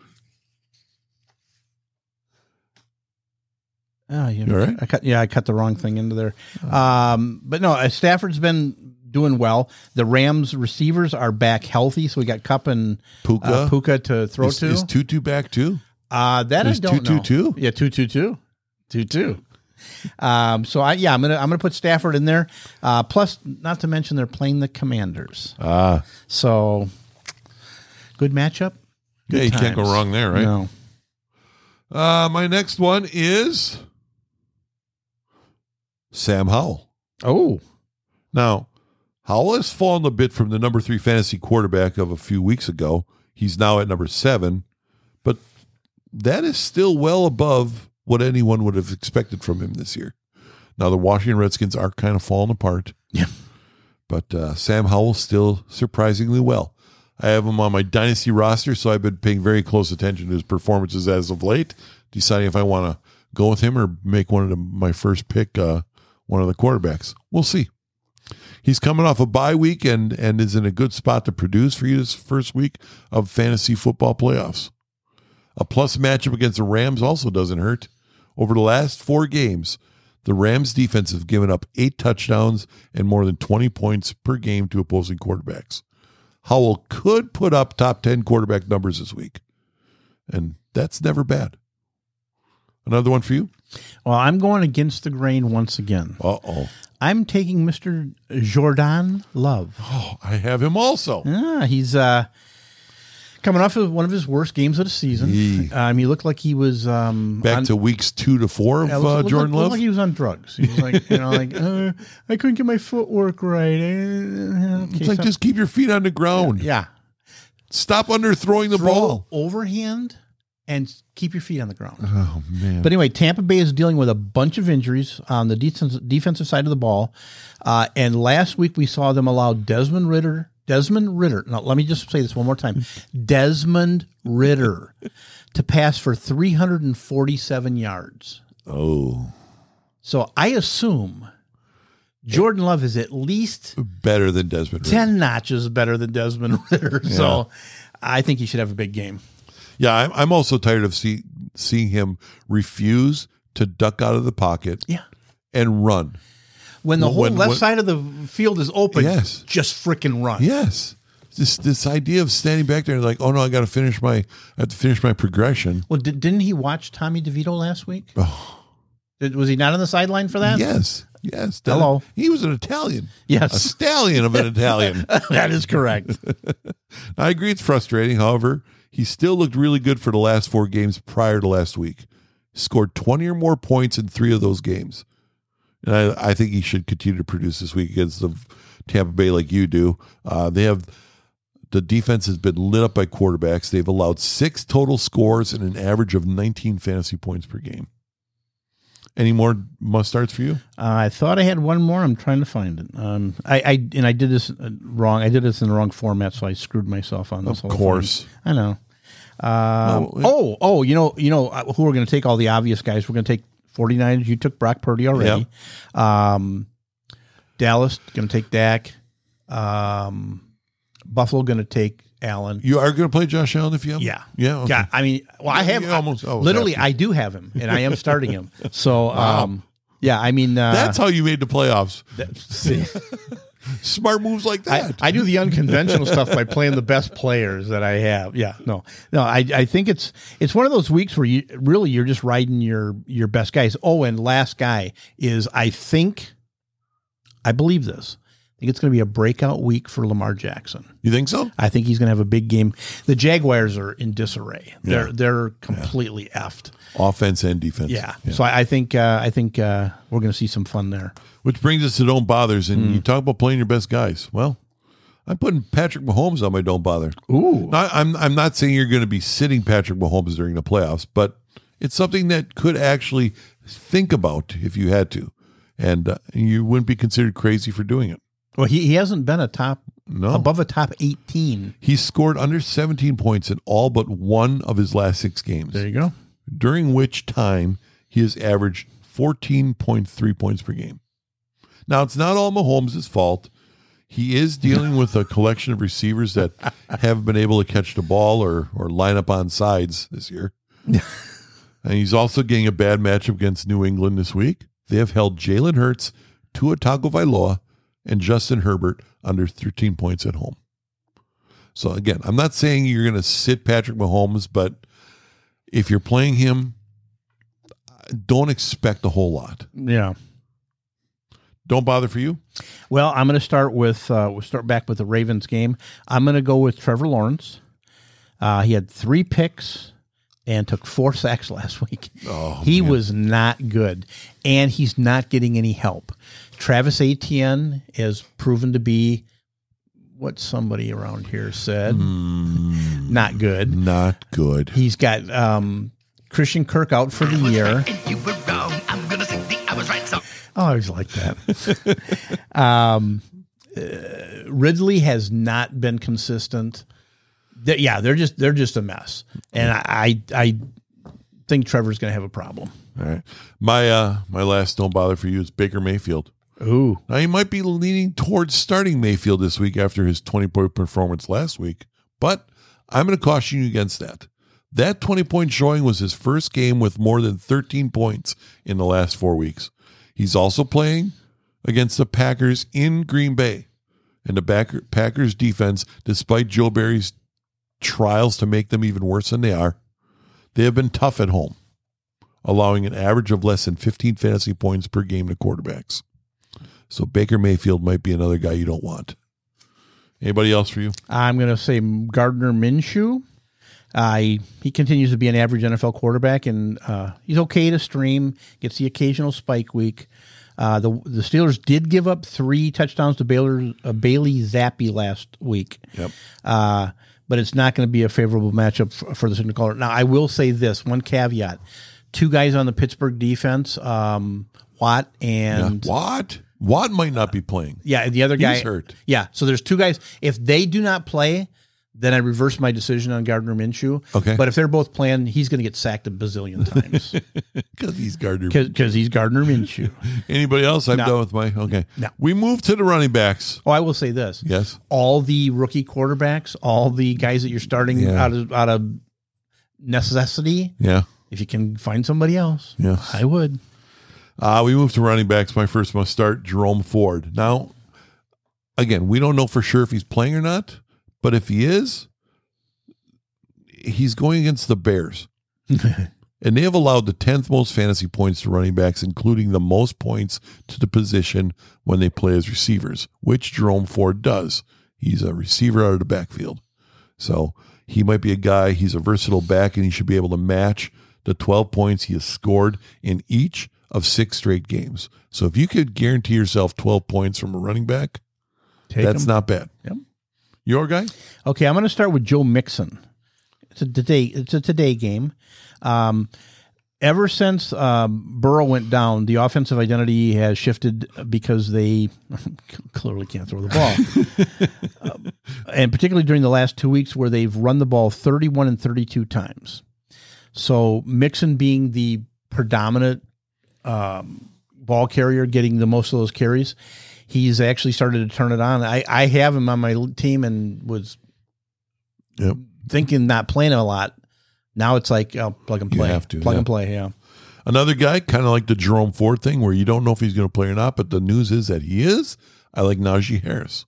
Oh, you
You all right?
I cut, yeah, I cut the wrong thing into there. Um, but no, uh, Stafford's been doing well. The Rams receivers are back healthy, so we got Cup and
Puka.
uh, Puka to throw
is,
to.
is Tutu back too?
uh, that I
is
don't know.
two, two, two?
Yeah, two two two, two two. Um, so I, yeah, I'm gonna I'm gonna put Stafford in there. Uh, plus, not to mention they're playing the Commanders. Ah, so good matchup.
Yeah, you can't go
times.
wrong there, right?
No,
Uh, my next one is Sam Howell.
oh,
Now, Howell has fallen a bit from the number three fantasy quarterback of a few weeks ago. He's now at number seven, but that is still well above what anyone would have expected from him this year. Now, the Washington Redskins are kind of falling apart.
Yeah.
But uh, Sam Howell still surprisingly well. I have him on my dynasty roster, so I've been paying very close attention to his performances as of late, deciding if I want to go with him or make one of the, my first pick, uh, one of the quarterbacks. We'll see he's coming off a bye week and and is in a good spot to produce for you this first week of fantasy football playoffs. A plus matchup against the Rams also doesn't hurt. Over the last four games, the Rams defense have given up eight touchdowns and more than 20 points per game to opposing quarterbacks. Howell could put up top 10 quarterback numbers this week, and that's never bad. Another one for you?
well, I'm going against the grain once again.
Uh oh.
I'm taking Mr. Jordan Love.
Oh, I have him also.
Ah, he's uh, coming off of one of his worst games of the season.
Yee.
Um, he looked like he was um,
Back
on-
to weeks two to four of
Yeah, it
uh,
looked- looked
Jordan
like, looked
Love.
like he was on drugs. He was like, you know, like uh, I couldn't get my footwork right. Uh, okay,
It's like
so-
just keep your feet on the ground.
yeah,
Stop under throwing the
throw
ball.
overhand and keep your feet on the ground.
Oh man.
But anyway, Tampa Bay is dealing with a bunch of injuries on the defense, defensive side of the ball. Uh, and last week we saw them allow Desmond Ritter, Desmond Ritter. Now, let me just say this one more time Desmond Ritter to pass for 347 yards.
oh,
So I assume Jordan Love is at least
better than Desmond. Ritter.
10 notches better than Desmond Ritter. So I think he should have a big game.
Yeah, I'm, I'm also tired of see, seeing him refuse to duck out of the pocket
Yeah.
and run.
When the whole
When-
left
when-
side of the field is open,
Yes.
just freaking run.
Yes, this this idea of standing back there and like, oh no, I got to finish my, I have to finish my progression.
Well, did, didn't he watch Tommy DeVito last week? Did, was he not on the sideline for that?
Oh. Yes, yes. that-
Hello.
he was an Italian.
Yes.
a stallion of an Italian.
that is correct.
I agree it's frustrating. However, he still looked really good for the last four games prior to last week. Scored 20 or more points in three of those games. And I, I think he should continue to produce this week against the Tampa Bay like you do. Uh, they have the defense has been lit up by quarterbacks. They've allowed six total scores and an average of 19 fantasy points per game. Any more must starts for you?
I thought I had one more. I'm trying to find it. Um, I, I and I did this uh, wrong. I did this in the wrong format, so I screwed myself on this.
Of
whole thing.
course.
I know. Um,
No, it-
oh, oh, you know, you know uh, who are going to take all the obvious guys. We're going to take 49ers. You took Brock Purdy already. Um, Dallas going to take Dak. Um, Buffalo going to take Allen.
You are going to play Josh Allen if you have him?
Yeah.
Yeah. okay.
Yeah, I mean, well, I
Yeah,
have
you almost always
literally,
have
I do have him, and I am starting him. So, um, yeah, I mean, uh,
That's how you made the playoffs.
see,
Smart moves like that.
I, I do the unconventional stuff by playing the best players that I have. Yeah, no, no, I, I think it's it's one of those weeks where you really you're just riding your your best guys. Oh, and last guy is I think, I believe this. I think it's going to be a breakout week for Lamar Jackson.
you think so?
I think he's going to have a big game. The Jaguars are in disarray. They're they're completely effed.
offense and defense.
Yeah. So I, I think uh, I think uh, we're going to see some fun there.
Which brings us to don't bothers,
Mm.
and you talk about playing your best guys. Well, I'm putting Patrick Mahomes on my don't bother.
Ooh.
Now, I'm I'm not saying you're going to be sitting Patrick Mahomes during the playoffs, but it's something that could actually think about if you had to, and uh, you wouldn't be considered crazy for doing it.
Well, he, he hasn't been a top
No.
above a top eighteen.
He scored under 17 points in all but one of his last six games.
There you go.
during which time he has averaged 14.3 points per game. Now, it's not all Mahomes' fault. He is dealing with a collection of receivers that haven't been able to catch the ball or, or line up on sides this year. and he's also getting a bad matchup against New England this week. They have held Jalen Hurts, Tua Tagovailoa, and Justin Herbert under 13 points at home. So again, I'm not saying you're going to sit Patrick Mahomes, but if you're playing him, don't expect a whole lot.
Yeah.
Don't bother for you.
Well, I'm going to start with uh, we'll start back with the Ravens game. I'm going to go with Trevor Lawrence. Uh, he had three picks and took four sacks last week.
Oh,
he was not good, and he's not getting any help. Travis Etienne is proven to be what somebody around here said not good.
Not good.
He's got um, Christian Kirk out for the year.
And you were wrong. I'm gonna say the I was right. So
I always like that. um, uh, Ridley has not been consistent. They- yeah, they're just they're just a mess, and I I, I think Trevor's going to have a problem.
All right. My uh my last don't bother for you is Baker Mayfield.
Ooh,
Now you might be leaning towards starting Mayfield this week after his 20 point performance last week, but I'm going to caution you against that. That 20 point showing was his first game with more than 13 points in the last 4 weeks. He's also playing against the Packers in Green Bay. And the backer, Packers defense, despite Joe Barry's trials to make them even worse than they are, they have been tough at home, allowing an average of less than 15 fantasy points per game to quarterbacks. So Baker Mayfield might be another guy you don't want. Anybody else for you?
I'm going to say Gardner Minshew. Uh, he, he continues to be an average NFL quarterback, and uh, he's okay to stream. Gets the occasional spike week. Uh, the the Steelers did give up three touchdowns to Baylor, uh, Bailey Zappi last week.
Yep.
Uh, but it's not going to be a favorable matchup for, for the signal caller. Now, I will say this one caveat: two guys on the Pittsburgh defense, um, Watt and
Watt? Watt might not be playing.
yeah, the other guy
He's hurt.
Yeah, so there's two guys. If they do not play, then I reverse my decision on Gardner Minshew.
Okay.
but if they're both playing, he's going to get sacked a bazillion times
Because he's Gardner.
because he's Gardner Minshew.
Anybody else? I'm
No.
done with my okay.
No.
We move to the running backs.
Oh, I will say this:
Yes.
all the rookie quarterbacks, all the guys that you're starting
Yeah.
out of out of necessity.
Yeah.
If you can find somebody else,
Yes.
I would.
Uh, we move to running backs. My first must start, Jerome Ford. Now, again, we don't know for sure if he's playing or not, but if he is, he's going against the Bears. and they have allowed the 10th most fantasy points to running backs, including the most points to the position when they play as receivers, which Jerome Ford does. He's a receiver out of the backfield. So he might be a guy, he's a versatile back, and he should be able to match the 12 points he has scored in each of six straight games. So if you could guarantee yourself 12 points from a running back,
Take
that's
him.
not bad.
Yep.
Your guy?
Okay, I'm going to start with Joe Mixon. It's a today. It's a today game. Um, ever since um, Burrow went down, the offensive identity has shifted because they clearly can't throw the ball, Um, and particularly during the last two weeks where they've run the ball 31 and 32 times. So Mixon being the predominant um, ball carrier getting the most of those carries. He's actually started to turn it on. I, I have him on my l- team and was
Yep.
thinking not playing him a lot. Now it's like oh, plug and
You
play,
have to,
plug
yeah.
and play. Yeah,
Another guy, kind of like the Jerome Ford thing, where you don't know if he's going to play or not, but the news is that he is. I like Najee Harris.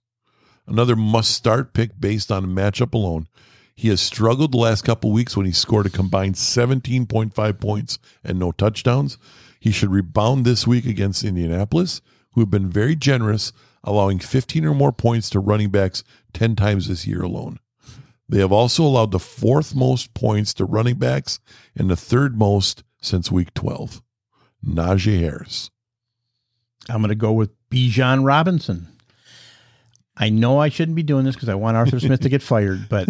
Another must start pick based on matchup alone. He has struggled the last couple weeks when he scored a combined 17.5 points and no touchdowns. He should rebound this week against Indianapolis, who have been very generous, allowing 15 or more points to running backs 10 times this year alone. They have also allowed the fourth most points to running backs and the third most since week 12. Najee Harris.
I'm going to go with Bijan Robinson. I know I shouldn't be doing this because I want Arthur Smith to get fired, but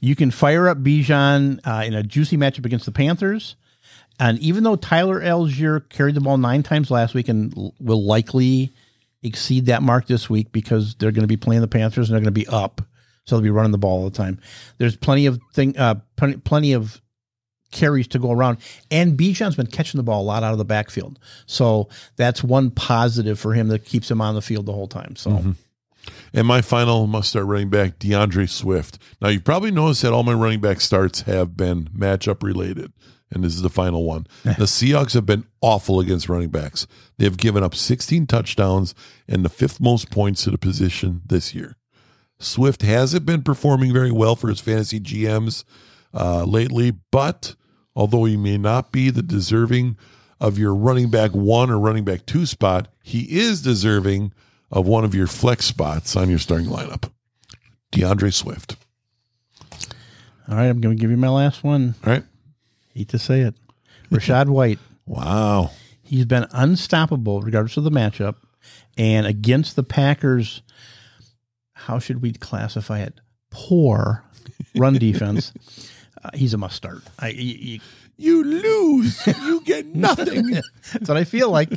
you can fire up Bijan uh, in a juicy matchup against the Panthers. And even though Tyler Algier carried the ball nine times last week and l- will likely exceed that mark this week because they're going to be playing the Panthers and they're going to be up, so they'll be running the ball all the time. There's plenty of thing, uh, plen- plenty of carries to go around, and Bijan's been catching the ball a lot out of the backfield, so that's one positive for him that keeps him on the field the whole time. So
And my final must start running back, DeAndre Swift. Now, you probably noticed that all my running back starts have been matchup related. And this is the final one. the Seahawks have been awful against running backs. They have given up 16 touchdowns and the fifth most points to the position this year. Swift hasn't been performing very well for his fantasy GMs uh, lately, but Although he may not be the deserving of your running back one or running back two spot, he is deserving of one of your flex spots on your starting lineup. DeAndre Swift.
All right, I'm going to give you my last one.
All right.
Hate to say it. Rashad White.
Wow.
He's been unstoppable regardless of the matchup and against the Packers. How should we classify it? Poor run defense. Uh, he's a must start. I, y- y-
You lose. You get nothing.
that's what I feel like.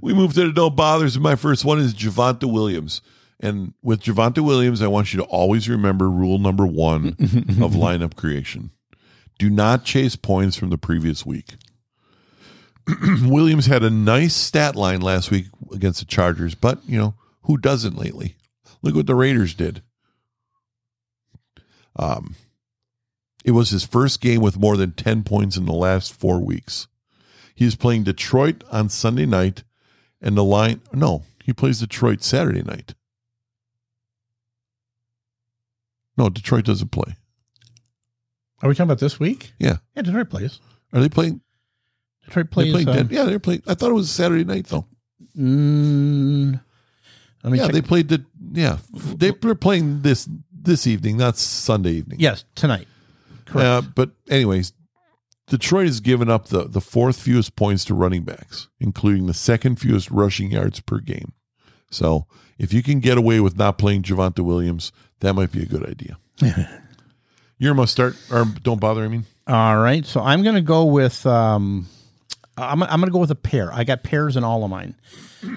we move to the no bothers. My first one is Javante Williams. And with Javante Williams, I want you to always remember rule number one of lineup creation do not chase points from the previous week. Williams had a nice stat line last week against the Chargers, but, you know, who doesn't lately? Look what the Raiders did. Um, it was his first game with more than 10 points in the last four weeks. He is playing Detroit on Sunday night, and the line no, he plays Detroit Saturday night. No, Detroit doesn't play.
Are we talking about this week?
Yeah,
Yeah, Detroit plays.
are they playing?
Detroit plays.
they playing?
uh,
Den- yeah, they're playing. I thought it was Saturday night though.
mm, let me
Yeah,
check.
they played the. Yeah, they, they're playing this this evening, not Sunday evening.
yes, tonight. Correct.
Uh, but anyways, Detroit has given up the the fourth fewest points to running backs, including the second fewest rushing yards per game. So if you can get away with not playing Javante Williams, that might be a good idea. You're must start or don't bother. I mean,
All right, so I'm going to go with um, I'm I'm going to go with a pair. I got pairs in all of mine.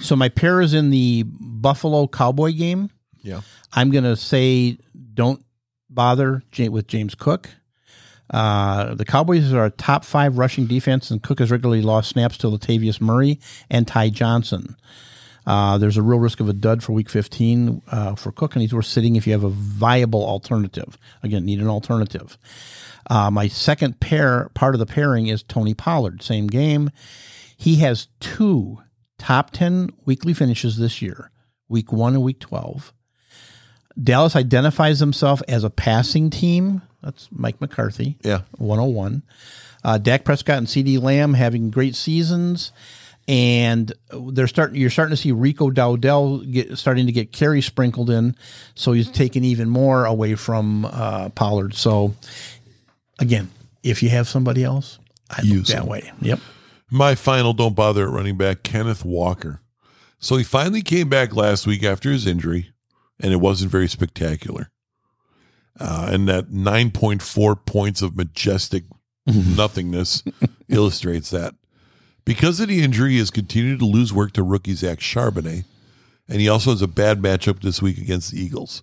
So my pair is in the Buffalo Cowboy game.
yeah,
I'm going to say don't bother Ja- with James Cook. Uh, the Cowboys are a top five rushing defense, and Cook has regularly lost snaps to Latavius Murray and Ty Johnson. Uh, there's a real risk of a dud for Week 15 uh, for Cook, and he's worth sitting if you have a viable alternative. Again, need an alternative. Uh, my second pair, part of the pairing is Tony Pollard. Same game. He has two top 10 weekly finishes this year, week one and week 12. Dallas identifies himself as a passing team. That's Mike McCarthy.
Yeah.
101. Uh, Dak Prescott and CD Lamb having great seasons. And they're starting. You're starting to see Rico Dowdell get, starting to get carry sprinkled in, so he's taking even more away from uh, Pollard. So, again, if you have somebody else, I look
Use
that
them.
way. Yep.
my final don't bother at running back Kenneth Walker. So he finally came back last week after his injury, and it wasn't very spectacular. Uh, and that 9.4 points of majestic nothingness illustrates that. Because of the injury, he has continued to lose work to rookie Zach Charbonnet, and he also has a bad matchup this week against the Eagles.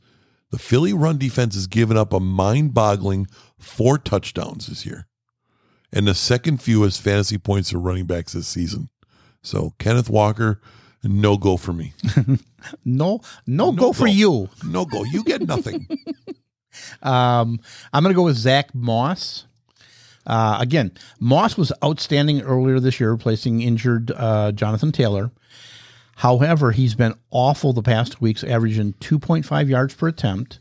The Philly run defense has given up a mind boggling four touchdowns this year and the second fewest fantasy points to running backs this season. So Kenneth Walker, no go for me.
No, no, go for
go.
you.
No go. You get nothing.
Um, I'm going to go with Zach Moss. Uh, again, Moss was outstanding earlier this year, replacing injured uh, Jonathan Taylor. However, he's been awful the past two weeks, averaging 2.5 yards per attempt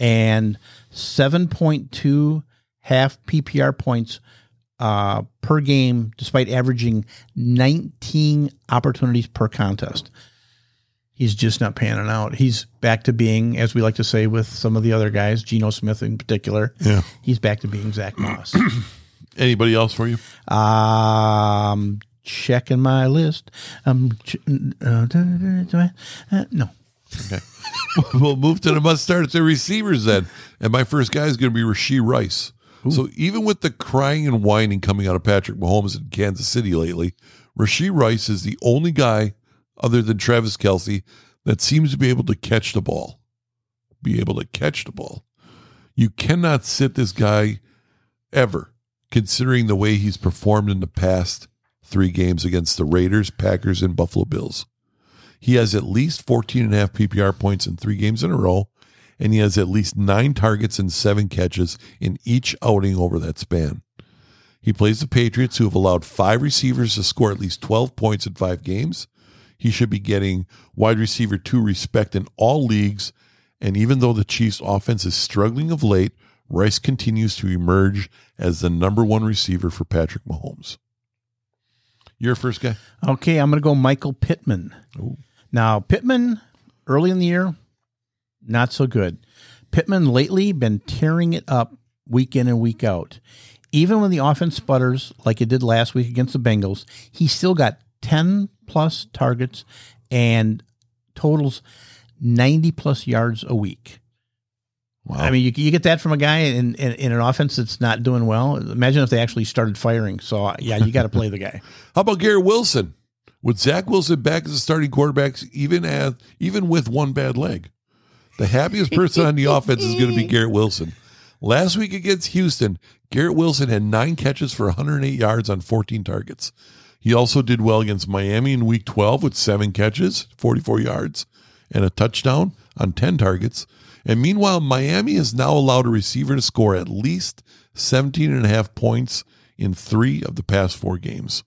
and 7.2 half PPR points uh, per game, despite averaging 19 opportunities per contest he's just not panning out. He's back to being, as we like to say with some of the other guys, Geno Smith in particular.
Yeah.
He's back to being Zach Moss.
Anybody else for you?
um, checking my list. Um, ch- uh, uh, no.
we'll move to the must start at the receivers then. And my first guy is going to be Rasheed Rice. So even with the crying and whining coming out of Patrick Mahomes in Kansas City lately, Rasheed Rice is the only guy other than Travis Kelsey that seems to be able to catch the ball. Be able to catch the ball. You cannot sit this guy ever, considering the way he's performed in the past three games against the Raiders, Packers, and Buffalo Bills. He has at least 14 and a half PPR points in three games in a row, and he has at least nine targets and seven catches in each outing over that span. He plays the Patriots, who have allowed five receivers to score at least 12 points in five games. He should be getting wide receiver two respect in all leagues. And even though the Chiefs' offense is struggling of late, Rice continues to emerge as the number one receiver for Patrick Mahomes. Your first guy?
Okay, I'm going to go Michael Pittman.
Ooh.
Now, Pittman, early in the year, not so good. Pittman lately been tearing it up week in and week out. Even when the offense sputters like it did last week against the Bengals, he still got 10 plus targets and totals 90 plus yards a week.
Wow.
I mean, you, you get that from a guy in, in, in an offense that's not doing well. Imagine if they actually started firing. So, yeah, you got to play the guy.
How about Gary Wilson? With Zach Wilson back as a starting quarterback, even at, even with one bad leg, the happiest person on the offense is going to be Garrett Wilson. Last week against Houston, Garrett Wilson had nine catches for 108 yards on 14 targets. He also did well against Miami in Week 12 with seven catches, 44 yards, and a touchdown on 10 targets. And meanwhile, Miami has now allowed a receiver to score at least 17 and a half points in three of the past four games.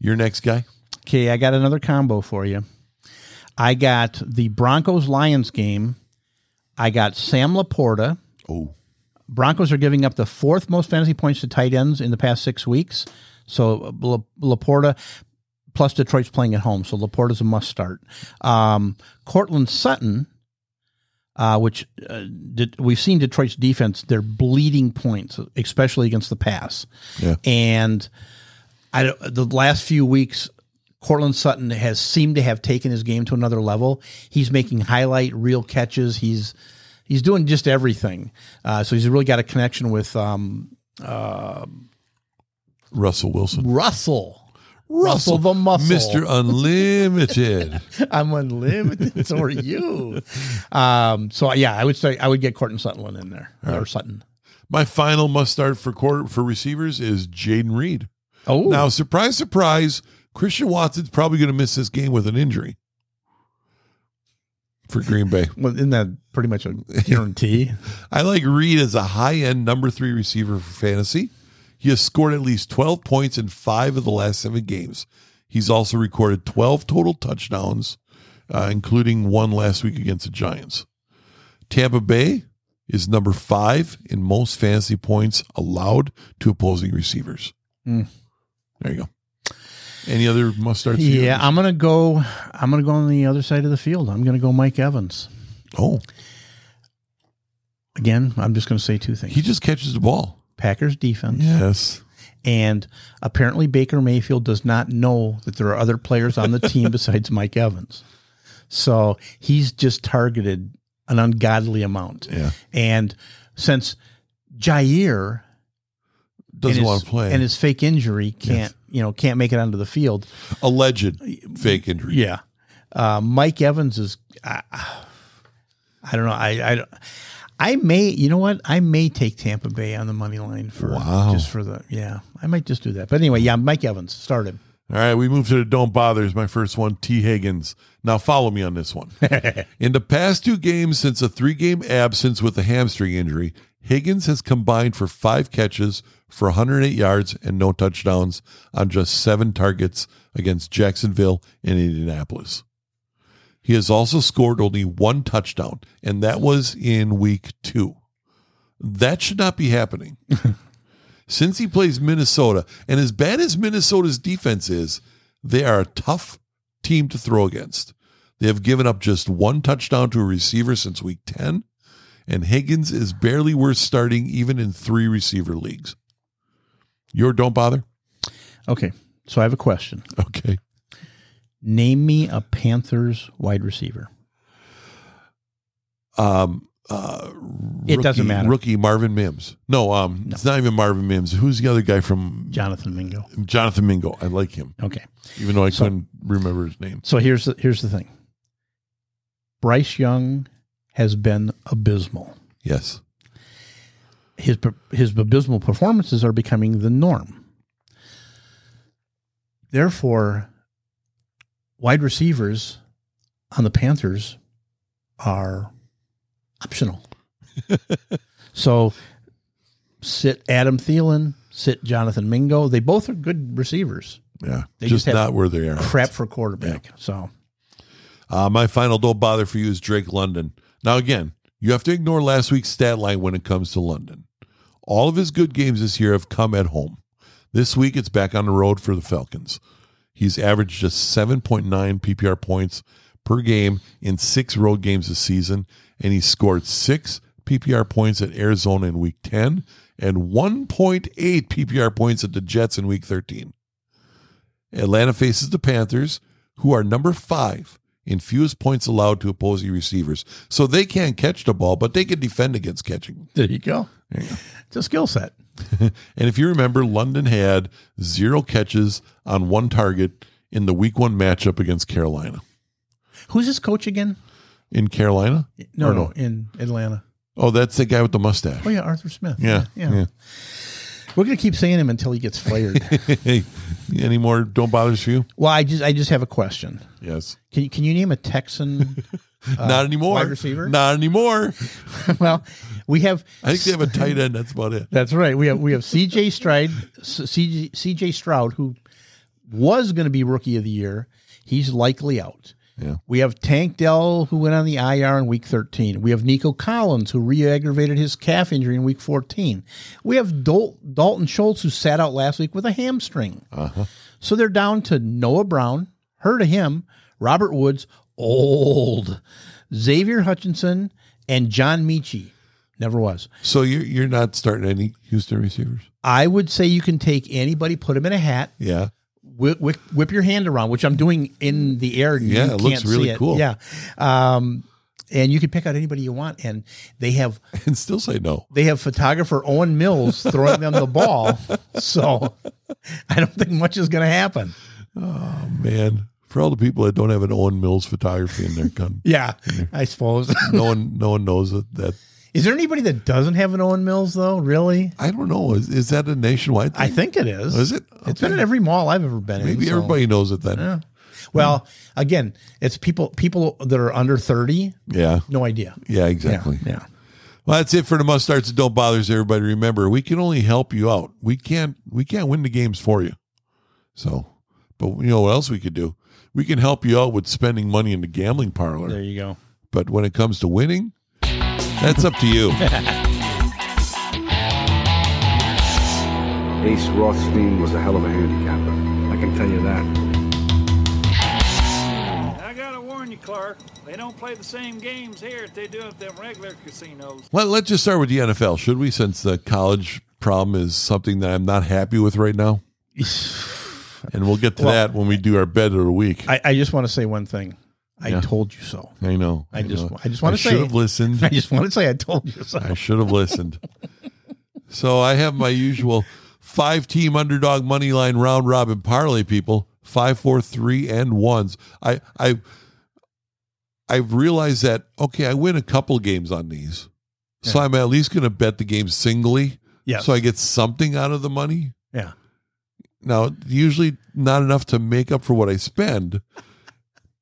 Your next guy?
Okay, I got another combo for you. I got the Broncos Lions game. I got Sam Laporta.
Oh,
Broncos are giving up the fourth most fantasy points to tight ends in the past six weeks. So uh, La- Laporta, plus Detroit's playing at home, so Laporta's a must start. Um, Cortland Sutton, uh, which uh, did, we've seen Detroit's defense, they're bleeding points, especially against the pass.
Yeah.
And I don't- the last few weeks. Cortland Sutton has seemed to have taken his game to another level. He's making highlight real catches. He's he's doing just everything. Uh, so he's really got a connection with um,
Russell Wilson.
Russell. Russell the muscle.
Mr. Unlimited.
I'm unlimited. so are you. Um, so yeah, I would say I would get Corton Sutton in there or Sutton.
My final must start for quarter for receivers is Jaden Reed.
Oh,
Now, surprise, surprise, Christian Watson's probably going to miss this game with an injury for Green Bay.
well, isn't that pretty much a guarantee?
I like Reed as a high end number three receiver for fantasy. He has scored at least 12 points in five of the last seven games. He's also recorded 12 total touchdowns, uh, including one last week against the Giants. Tampa Bay is number five in most fantasy points allowed to opposing receivers.
Hmm.
There you go. Any other must starts? for you?
yeah, I'm gonna go. I'm gonna go on the other side of the field. I'm gonna go Mike Evans
Oh,
again. I'm just gonna say two things:
he just catches the ball.
Packers defense,
Yes.
and apparently Baker Mayfield does not know that there are other players on the team besides Mike Evans. So he's just targeted an ungodly amount.
Yeah.
And since Jair
Doesn't
and
want
his,
to play.
and his fake injury can't you know can't make it onto the field. Uh,
Alleged fake injury.
Yeah, uh, Mike Evans is. I I don't know. I I don't- I may you know what I may take Tampa Bay on the money line for
Wow.
just for the yeah I might just do that. But anyway, yeah, Mike Evans started.
All right, we move to the don't bothers. My first one, T. Higgins. Now follow me on this one. In the past two games, since a three game absence with a hamstring injury, Higgins has combined for five catches for 108 yards and no touchdowns on just seven targets against Jacksonville and Indianapolis. He has also scored only one touchdown, and that was in week two. That should not be happening since he plays Minnesota, and as bad as Minnesota's defense is, they are a tough team to throw against. They have given up just one touchdown to a receiver since week 10, and Higgins is barely worth starting even in three receiver leagues. Your don't bother?
Okay, so I have a question.
Okay.
Name me a Panthers wide receiver.
Um, uh,
It
rookie-
doesn't matter.
Rookie Marvin Mims. No, um, it's not even Marvin Mims. Who's the other guy from
Jonathan Mingo.
Jonathan Mingo? I like him,
Okay,
even though I
So-
couldn't remember his name.
so here's the, here's the thing. Bryce Young has been abysmal.
Yes.
his per- his abysmal performances are becoming the norm. Therefore, wide receivers on the Panthers are optional. so sit Adam Thielen, sit Jonathan Mingo. They both are good receivers.
Yeah.
They
just
just have
not where they are.
Crap for quarterback. So
Uh, my final don't bother for you is Drake London. Now, again, You have to ignore last week's stat line when it comes to London. All of his good games this year have come at home. This week, it's back on the road for the Falcons. He's averaged just 7.9 PPR points per game in six road games this season, and he scored six PPR points at Arizona in week 10 and 1.8 PPR points at the Jets in week 13. Atlanta faces the Panthers, who are number five in fewest points allowed to opposing receivers. So they can't catch the ball, but they can defend against catching.
There you go. It's a skill set.
And if you remember, London had zero catches on one target in the week one matchup against Carolina.
Who's his coach again?
In Carolina?
No,
Or
no, in Atlanta.
Oh, that's the guy with the mustache.
Oh yeah, Arthur Smith.
Yeah.
yeah. We're gonna keep saying him until he gets fired.
Hey, any more don't bothers you?
well, I just I just have a question.
Yes.
Can you can you name a Texan?
Not anymore.
Uh, wide receiver?
Not anymore.
well, we have.
I think they have a tight end. That's about it.
That's right. We have we have C.J. Stroud, C.J. C.J. Stroud, who was going to be Rookie of the Year. He's likely out.
Yeah.
We have Tank Dell, who went on the IR in Week 13. We have Nico Collins, who re-aggravated his calf injury in Week 14. We have Dol- Dalton Schultz, who sat out last week with a hamstring. So they're down to Noah Brown, heard of him, Robert Woods, old, Xavier Hutchinson, and John Michi. Never was.
So you're you're not starting any Houston receivers?
I would say you can take anybody, put them in a hat,
Yeah.
whip, whip, whip your hand around, which I'm doing in the air. and you
Yeah, it looks
can't see
really cool.
Yeah, um, and you can pick out anybody you want, and they have
And still say no.
they have photographer Owen Mills throwing them the ball. So I don't think much is going to happen.
Man, for all the people that don't have an Owen Mills photography in their gun,
Yeah, I suppose.
no one no one knows that, that
is there anybody that doesn't have an Owen Mills though? Really?
I don't know. Is, is that a nationwide thing?
I think it is.
Is it?
It's been
Okay.
at every mall I've ever been in.
Maybe
so-
everybody knows it then.
Yeah. Well, again, it's people people that are under thirty.
Yeah.
No idea.
Yeah, exactly.
Yeah.
Well, that's it for the must starts and don't bothers everybody. Remember, we can only help you out. We can't we can't win the games for you. So but you know what else we could do? We can help you out with spending money in the gambling parlor.
you go.
But when it comes to winning, that's up to you.
Ace Rothstein was a hell of a handicapper. I can tell you that.
I gotta warn you, Clark. They don't play the same games here that they do at them regular casinos.
Let, let's just start with the NFL, should we? Since the college problem is something that I'm not happy with right now. and we'll get to
Well-
that when we do our bet of the week.
I, I just want to say one thing. I
Yeah.
told you so.
I know.
I just-
know.
I just wanna say-
should have listened.
I just want to say I told you so.
I should have listened. so I have my usual five team underdog money line round robin parlay people five four three and ones. I I I've realized that okay, I win a couple games on these, so I'm at least going to bet the game singly,
Yeah.
so I get something out of the money.
yeah.
Now, usually not enough to make up for what I spend,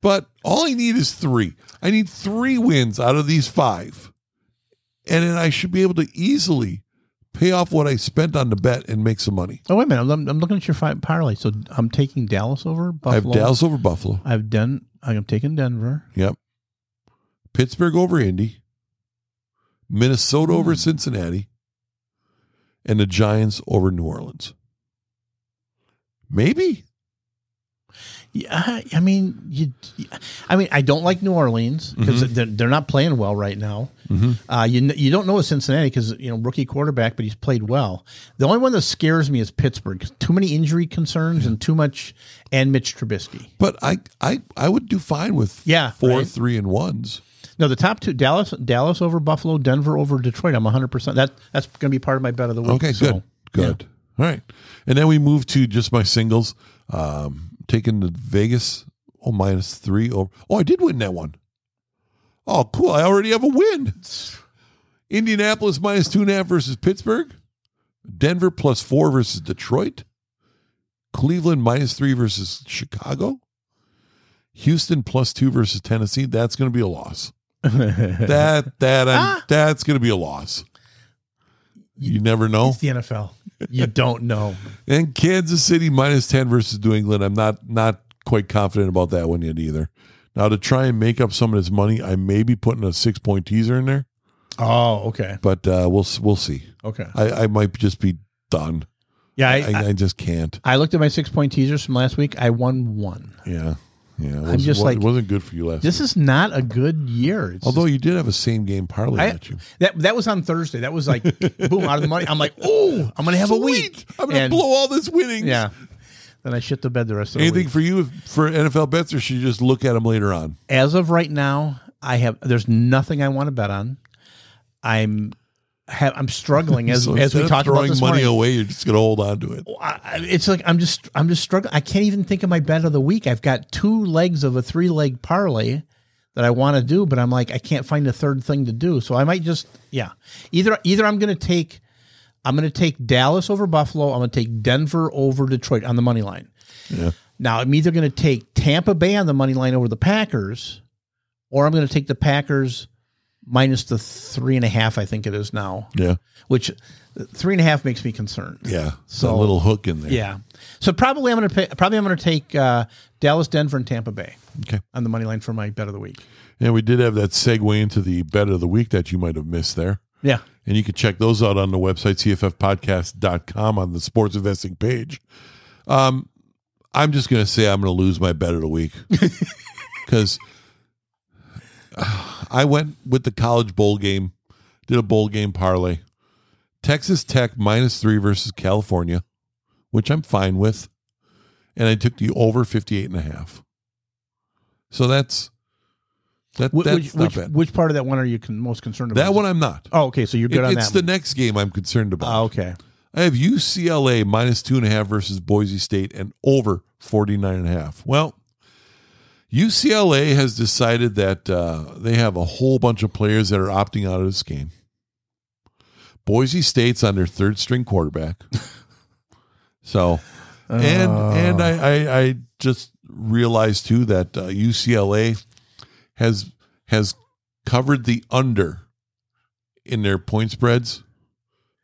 but all I need is three. I need three wins out of these five. And then I should be able to easily pay off what I spent on the bet and make some money.
Oh wait a minute. I'm, I'm looking at your fi- parlay. So I'm taking Dallas over Buffalo.
I have Dallas over Buffalo.
I've done. I'm taking Denver.
Yep. Pittsburgh over Indy. Minnesota over Cincinnati. And the Giants over New Orleans. Maybe.
Yeah. I- I mean, you. I mean, I don't like New Orleans because
Mm-hmm.
they're, they're not playing well right now. Uh, you kn- you don't know with Cincinnati because you know rookie quarterback, but he's played well. The only one that scares me is Pittsburgh. 'cause Too many injury concerns and too much, and Mitch Trubisky.
But I I I would do fine with
Yeah,
four,
right.
three, and ones.
No, the top two: Dallas, Dallas over Buffalo, Denver over Detroit. I'm 100. percent That that's going to be part of my bet of the week.
Okay,
so-
good, good. All right, and then we move to just my singles. Um, taking the Vegas oh minus three. Oh, oh, I did win that one. Oh, cool! I already have a win. Indianapolis minus two and a half versus Pittsburgh. Denver plus four versus Detroit. Cleveland minus three versus Chicago. Houston plus two versus Tennessee. That's going to be a loss. that that I'm, that's going to be a loss. You never know.
It's the NFL. You don't know.
And Kansas City minus ten versus New England. I'm not not quite confident about that one yet either. Now to try and make up some of this money, I may be putting a six point teaser in there.
Oh, okay.
but uh, we'll s- we'll see.
Okay.
I, I might just be done.
Yeah, I,
I,
I,
I, just can't.
I looked at my six point teasers from last week. I won one.
Yeah, yeah. It
I'm just
wasn't-
like-
it wasn't good for you last.
This
week.
is not a good year. It's
Although you did have a same game parlay
I-
at you.
that that was on Thursday. That was like boom out of the money. I'm like, oh, I'm gonna have a week.
Sweet! I'm gonna
And-
blow all this winnings.
Yeah. Then I shit the bed the rest of the
Anything
week.
for you if- for NFL bets, or should you just look at them later on?
As of right now, I have there's nothing I want to bet on. I'm have, I'm struggling as
So
as
instead
we
of
talked about
throwing
this
money
morning.
away, you're just gonna hold on to it.
I, I- it's like I'm just I'm just struggling. I can't even think of my bet of the week. I've got two legs of a three leg parlay that I want to do, but I'm like I can't find a third thing to do. So I might just yeah. Either either I'm going to take I'm going to take Dallas over Buffalo. I'm going to take Denver over Detroit on the money line.
Yeah.
Now I'm either going to take Tampa Bay on the money line over the Packers, or I'm going to take the Packers minus the three and a half. I think it is now,
Yeah,
which uh, three and a half makes me concerned.
yeah. So
So-
a little hook in there.
Yeah. So probably I'm going to probably I'm going to take uh, Dallas, Denver, and Tampa Bay
Okay.
on the money line for my bet of the week.
And we did have that segue into the bet of the week that you might have missed there.
Yeah.
And you can check those out on the website, cffpodcast.com, on the sports investing page. Um, I'm just going to say I'm going to lose my bet of the week because uh, I went with the college bowl game, did a bowl game parlay. Texas Tech minus three versus California, which I'm fine with. And I took the over 58 and a half. So that's, that,
Wh-
that's
which,
not
which,
bad.
which part of that one are you con- most concerned about?
that one I'm not.
Oh, okay. So you're good
It-
on
it's
that.
the
one.
next game I'm concerned about.
Ah, okay.
I have UCLA minus two and a half versus Boise State and over 49 and a half. Well, UCLA has decided that uh, they have a whole bunch of players that are opting out of this game. Boise State's on their third string quarterback. so, and and I, I I just realized too that uh, UCLA has has covered the under in their point spreads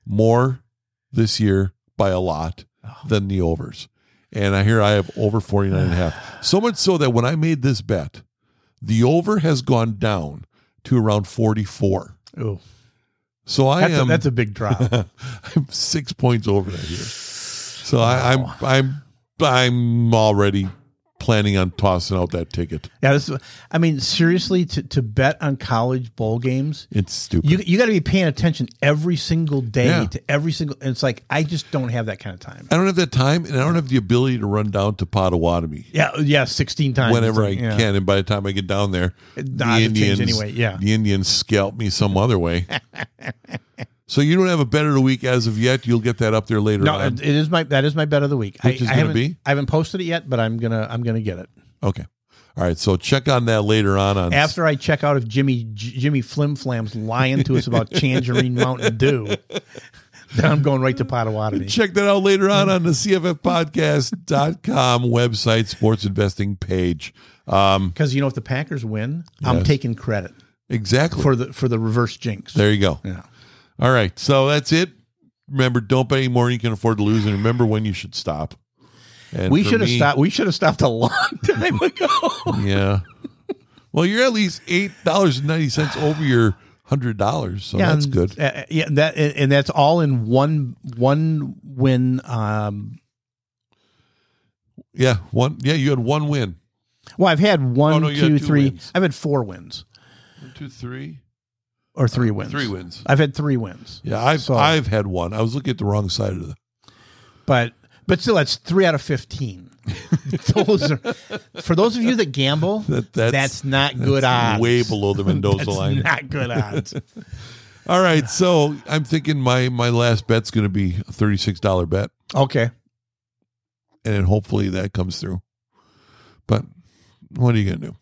more this year by a lot
Oh.
than the overs. And I hear I have over 49 and a half. So much so that when I made this bet, the over has gone down to around 44.
Ooh,
So I
that's, a,
am
that's a big drop.
I'm 6 points over that here. So I, I'm I'm I'm already planning on tossing out that ticket.
yeah. This, is- I mean, seriously, to, to bet on college bowl games,
It's stupid.
you you got to be paying attention every single day
Yeah.
to every single. And it's like I just don't have that kind of time.
I don't have that time and I don't have the ability to run down to Potawatomi.
Yeah. Yeah. Sixteen times.
whenever I
It's like, yeah.
can. And by the time I get down there, the
not to change
Indians
anyway, yeah.
the Indians scalp me some other way. so you don't have a better week as of yet. You'll get that up there later
No,
on.
it it is my that is my bet of the week.
Which is gonna
haven't,
be?
I haven't posted it yet, but I'm gonna I'm gonna get it
okay. All right. So check on that later on. on
after I check out if Jimmy J- Jimmy Flim Flam's lying to us about Tangerine Mountain Dew. Then I'm going right to Potawatomi.
check that out later
Mm-hmm.
on on the CFFpodcast.com website sports investing page. Um,
Because you know if the Packers win, I'm
Yes.
taking credit
exactly.
for the for the reverse jinx.
there you go.
Yeah.
All right. So that's it. Remember, don't bet any more than you can afford to lose, and remember when you should stop. And
We
for
should have
me-
stopped. We should have stopped a long time ago.
Yeah. Well, you're at least eight dollars and ninety cents over your hundred dollars, so that's
and,
good.
uh, yeah, that and and that's all in one one win. Um,
Yeah, one. Yeah, you had one win.
well, I've had
Oh,
one,
no,
two,
you had two
three-
wins.
I've had four wins.
One, two, three.
or three wins.
three wins.
I've had three wins.
Yeah, I've
So-
I've had one. I was looking at the wrong side of the.
But but still, that's three out of fifteen. those are, for those of you that gamble.
That- that's-
that's, not good odds.
Way below the Mendoza
That's
line.
not good odds.
All right, so I'm thinking my my last bet's going to be a thirty six dollar bet,
okay.
and hopefully that comes through. But what are you going to do?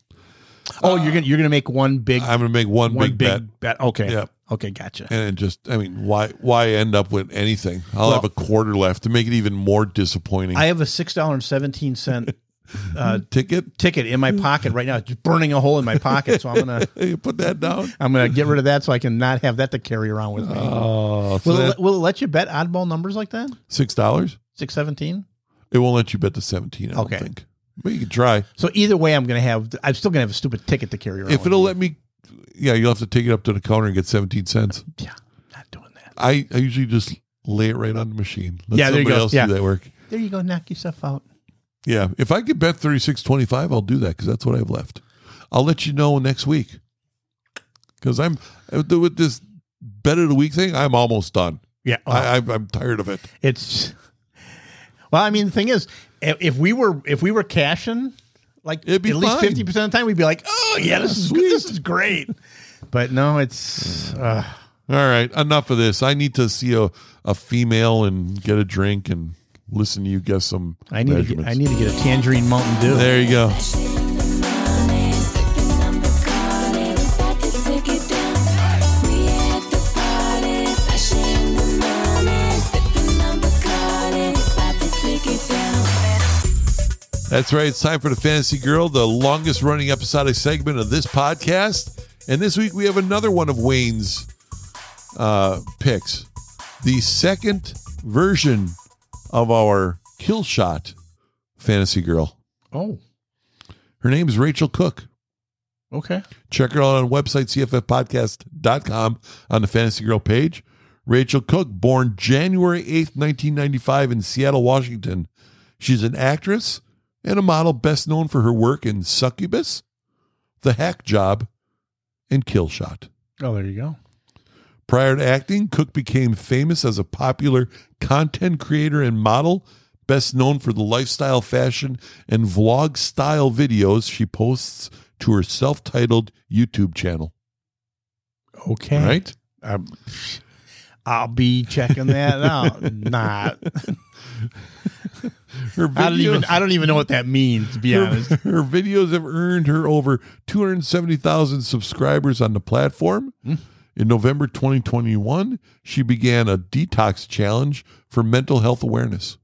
Oh, you're gonna you're gonna make one big
I'm going to make one,
one
big,
big,
bet,
bet. Okay.
Yep.
Okay. Gotcha.
and it just I mean, why why end up with anything? I'll have a quarter left to make it even more disappointing.
I have a six dollar and seventeen cent
ticket.
ticket in my pocket right now, It's just burning a hole in my pocket. So I'm gonna
Hey, put that down.
I'm gonna get rid of that so I can not have that to carry around with me.
Oh,
will, it, will it let you bet oddball numbers like that?
six dollars.
Six seventeen.
It won't let you bet the seventeen. I
Okay.
don't think. But you can try
So either way, I'm gonna have. I'm still gonna have a stupid ticket to carry around.
if
with
it'll
me.
let me yeah, you'll have to take it up to the counter and get 17 cents.
Yeah, not doing that.
I, I usually just lay it right on the machine. Let
Yeah, there you
somebody
go.
else
Yeah.
do that work.
There you go. Knock yourself out.
Yeah. If I could bet 36.25, I'll do that because that's what I have left. I'll let you know next week. Because I'm with this bet of the week thing, I'm almost done.
Yeah.
I, I, I'm tired of it.
Oh, It's well, I mean, the thing is, i- if we were if we were cashing, like
It'd be
at least
fine.
fifty percent of the time, we'd be like, oh yeah, this is good. this
Sweet.
is great. But no, it's uh,
All right, enough of this. I need to see a, a female and get a drink and listen to you guess some.
I need to get,
measurements.
I need to get a tangerine Mountain Dew.
There you go. That's right. It's time for the Fantasy Girl, the longest running episodic segment of this podcast. And this week we have another one of Wayne's uh, picks, the second version of our kill shot Fantasy Girl.
Oh,
Her name is Rachel Cook.
okay.
Check her out on website cffpodcast.com on the Fantasy Girl page. Rachel Cook, born January 8th, 1995 in Seattle, Washington. She's an actress and a model best known for her work in Succubus, The Hack Job, and Kill Shot.
Oh, there you go.
Prior to acting, Cook became famous as a popular content creator and model, best known for the lifestyle, fashion, and vlog style videos she posts to her self titled YouTube channel.
Okay,
Right?
Um, I'll be checking that out. Not.
Her
I don't even. I don't even know what that means. To be honest.
her, her videos have earned her over 270,000 subscribers on the platform.
Hmm.
In November 2021, she began a detox challenge for mental health awareness.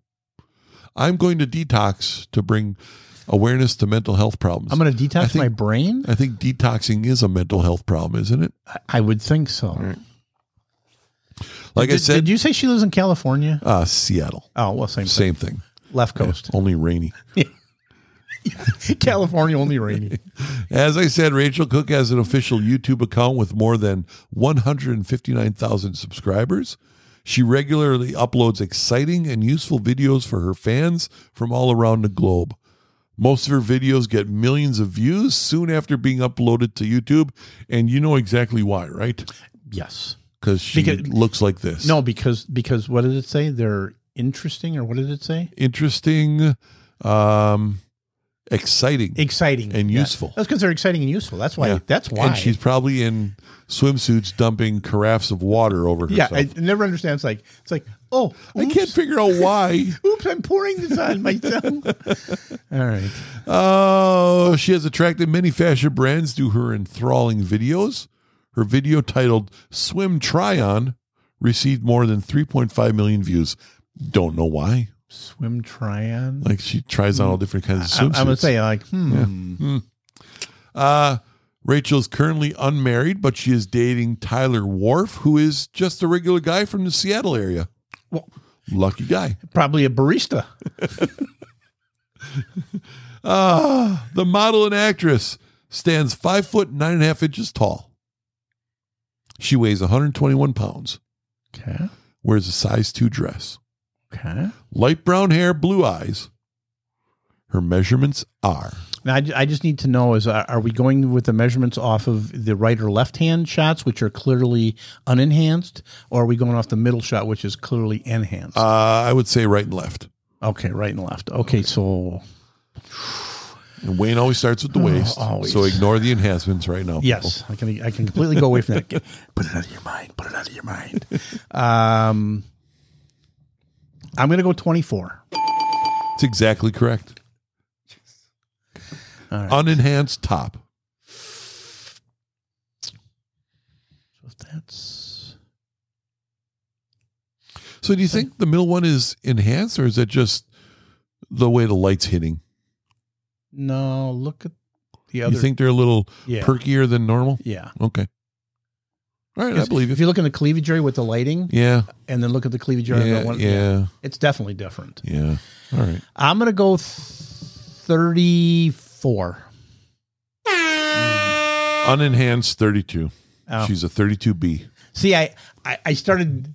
I'm going to detox to bring awareness to mental health problems.
I'm going to detox
I think-
my brain.
I think detoxing is a mental health problem, isn't it?
I, I would think so.
Like
did,
I said,
did you say she lives in California?
uh, Seattle,
Oh, well, same,
same thing.
Left coast.
Only rainy.
California only rainy.
As I said, Rachel Cook has an official YouTube account with more than 159,000 subscribers. She regularly uploads exciting and useful videos for her fans from all around the globe. Most of her videos get millions of views soon after being uploaded to YouTube, and you know exactly why, right?
Yes.
Because she
Because-
looks like this.
No, because because what did it say? They're interesting, or what did it say?
interesting, um, exciting.
Exciting
And
Yeah.
useful.
That's because they're exciting and useful. That's why.
Yeah.
That's why.
And she's probably in swimsuits dumping carafes of water over
yeah.
herself.
I never understand. It's like it's like oh,
I
oops,
can't figure out why.
Oops, I'm pouring this on myself. All right.
Oh, she has attracted many fashion brands to her enthralling videos. Her video titled Swim Try On received more than 3.5 million views. Don't know why.
Swim try on.
Like she tries on all different kinds
I,
of
I'm
swimsuits.
gonna say like hmm.
Uh, Rachel is currently unmarried, but she is dating Tyler Wharf, who is just a regular guy from the Seattle area.
Well-
Lucky guy.
probably a barista.
Ah, the model and actress stands five foot nine and a half inches tall. She weighs 121 pounds,
Okay.
wears a size two dress,
Okay.
light brown hair, blue eyes. Her measurements are
Now, I, ju- I just need to know is uh, are we going with the measurements off of the right or left hand shots, which are clearly unenhanced, or are we going off the middle shot, which is clearly enhanced?
uh, I would say right and left.
okay, right and left. Okay, so
And Wayne always starts with the waist,
Oh, always.
so ignore the enhancements right now.
yes, I can I can completely go away from that. Get- Put it out of your mind. Put it out of your mind. Um, I'm going to go 24.
It's exactly correct.
All right.
Unenhanced top.
So that's
So do you think the middle one is enhanced, or is it just the way the light's hitting?
no. Look at the other.
You think they're a little
Yeah.
perkier than normal?
yeah.
Okay. All right, I believe
if
it.
you look in the cleavage area with the lighting,
Yeah,
and then look at the cleavage area,
yeah,
on the one,
yeah,
it's definitely different.
yeah. All right.
I'm gonna go th- 34.
unenhanced 32.
Oh.
She's a 32B.
See, I, I, I started.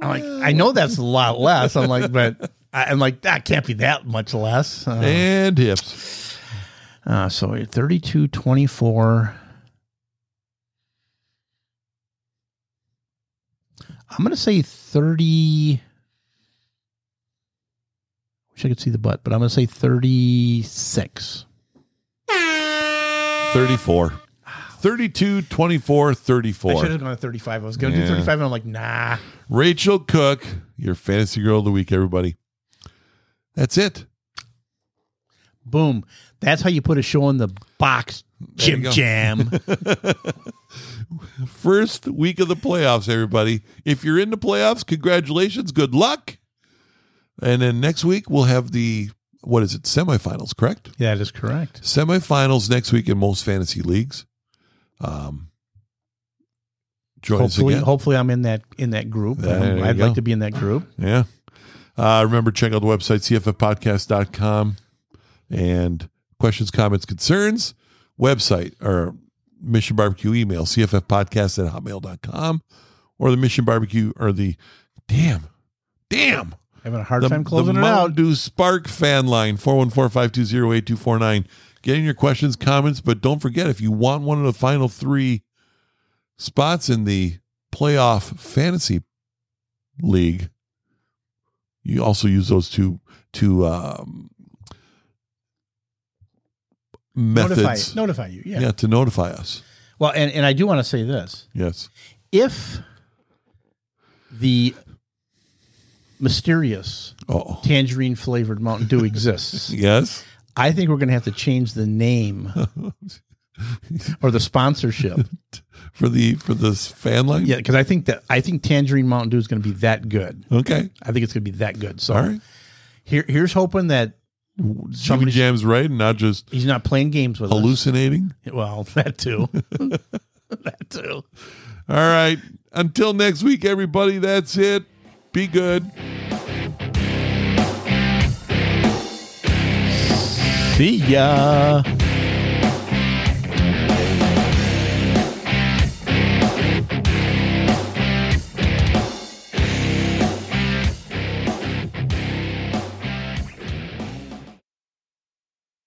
I'm like, I know that's a lot less. I'm like, but I, I'm like, that can't be that much less. Uh,
And hips.
uh, so you're 32, 24. I'm going to say 30. Wish I could see the butt, but I'm going to say 36.
34. 32, 24,
I should
34.
have gone to 35. I was going to
Yeah.
do 35, and I'm like, nah.
Rachel Cook, your fantasy girl of the week, everybody. That's it.
Boom. That's how you put a show in the box,
you
Jim
go.
Jam.
First week of the playoffs, everybody. If you're in the playoffs, congratulations. Good luck. And then next week, we'll have the, what is it, semifinals, correct?
that is correct.
Semifinals next week in most fantasy leagues. Um, join
Hopefully,
us again.
hopefully I'm in that in that group. Um,
There you
I'd
go.
like to be in that group.
Yeah. Uh, remember, check out the website, cffpodcast.com. And questions, comments, concerns, website or Mission Barbecue email, cffpodcast at hotmail.com or the Mission Barbecue or the damn, damn.
Having a hard
the,
time closing
the
it out.
Mountain Dew Spark fan line, 414-520-8249. Get in your questions, comments, but don't forget, if you want one of the final three spots in the playoff fantasy league, you also use those two two um, methods.
Notify, notify you. Yeah.
yeah. to notify us.
Well, and, and I do want to say this.
Yes.
If the mysterious
Oh,
tangerine flavored Mountain Dew exists,
yes.
I think we're going to have to change the name or the sponsorship.
For the for this fan line.
Yeah, because I think that I think tangerine Mountain Dew is going to be that good.
Okay.
I think it's going to be that good. So
All right.
here, here's hoping that
Jimmy
somebody
Jam's right, and not just
he's not playing games with us.
hallucinating.
Well, that too. that too.
All right. Until next week, everybody, that's it. Be good.
See ya.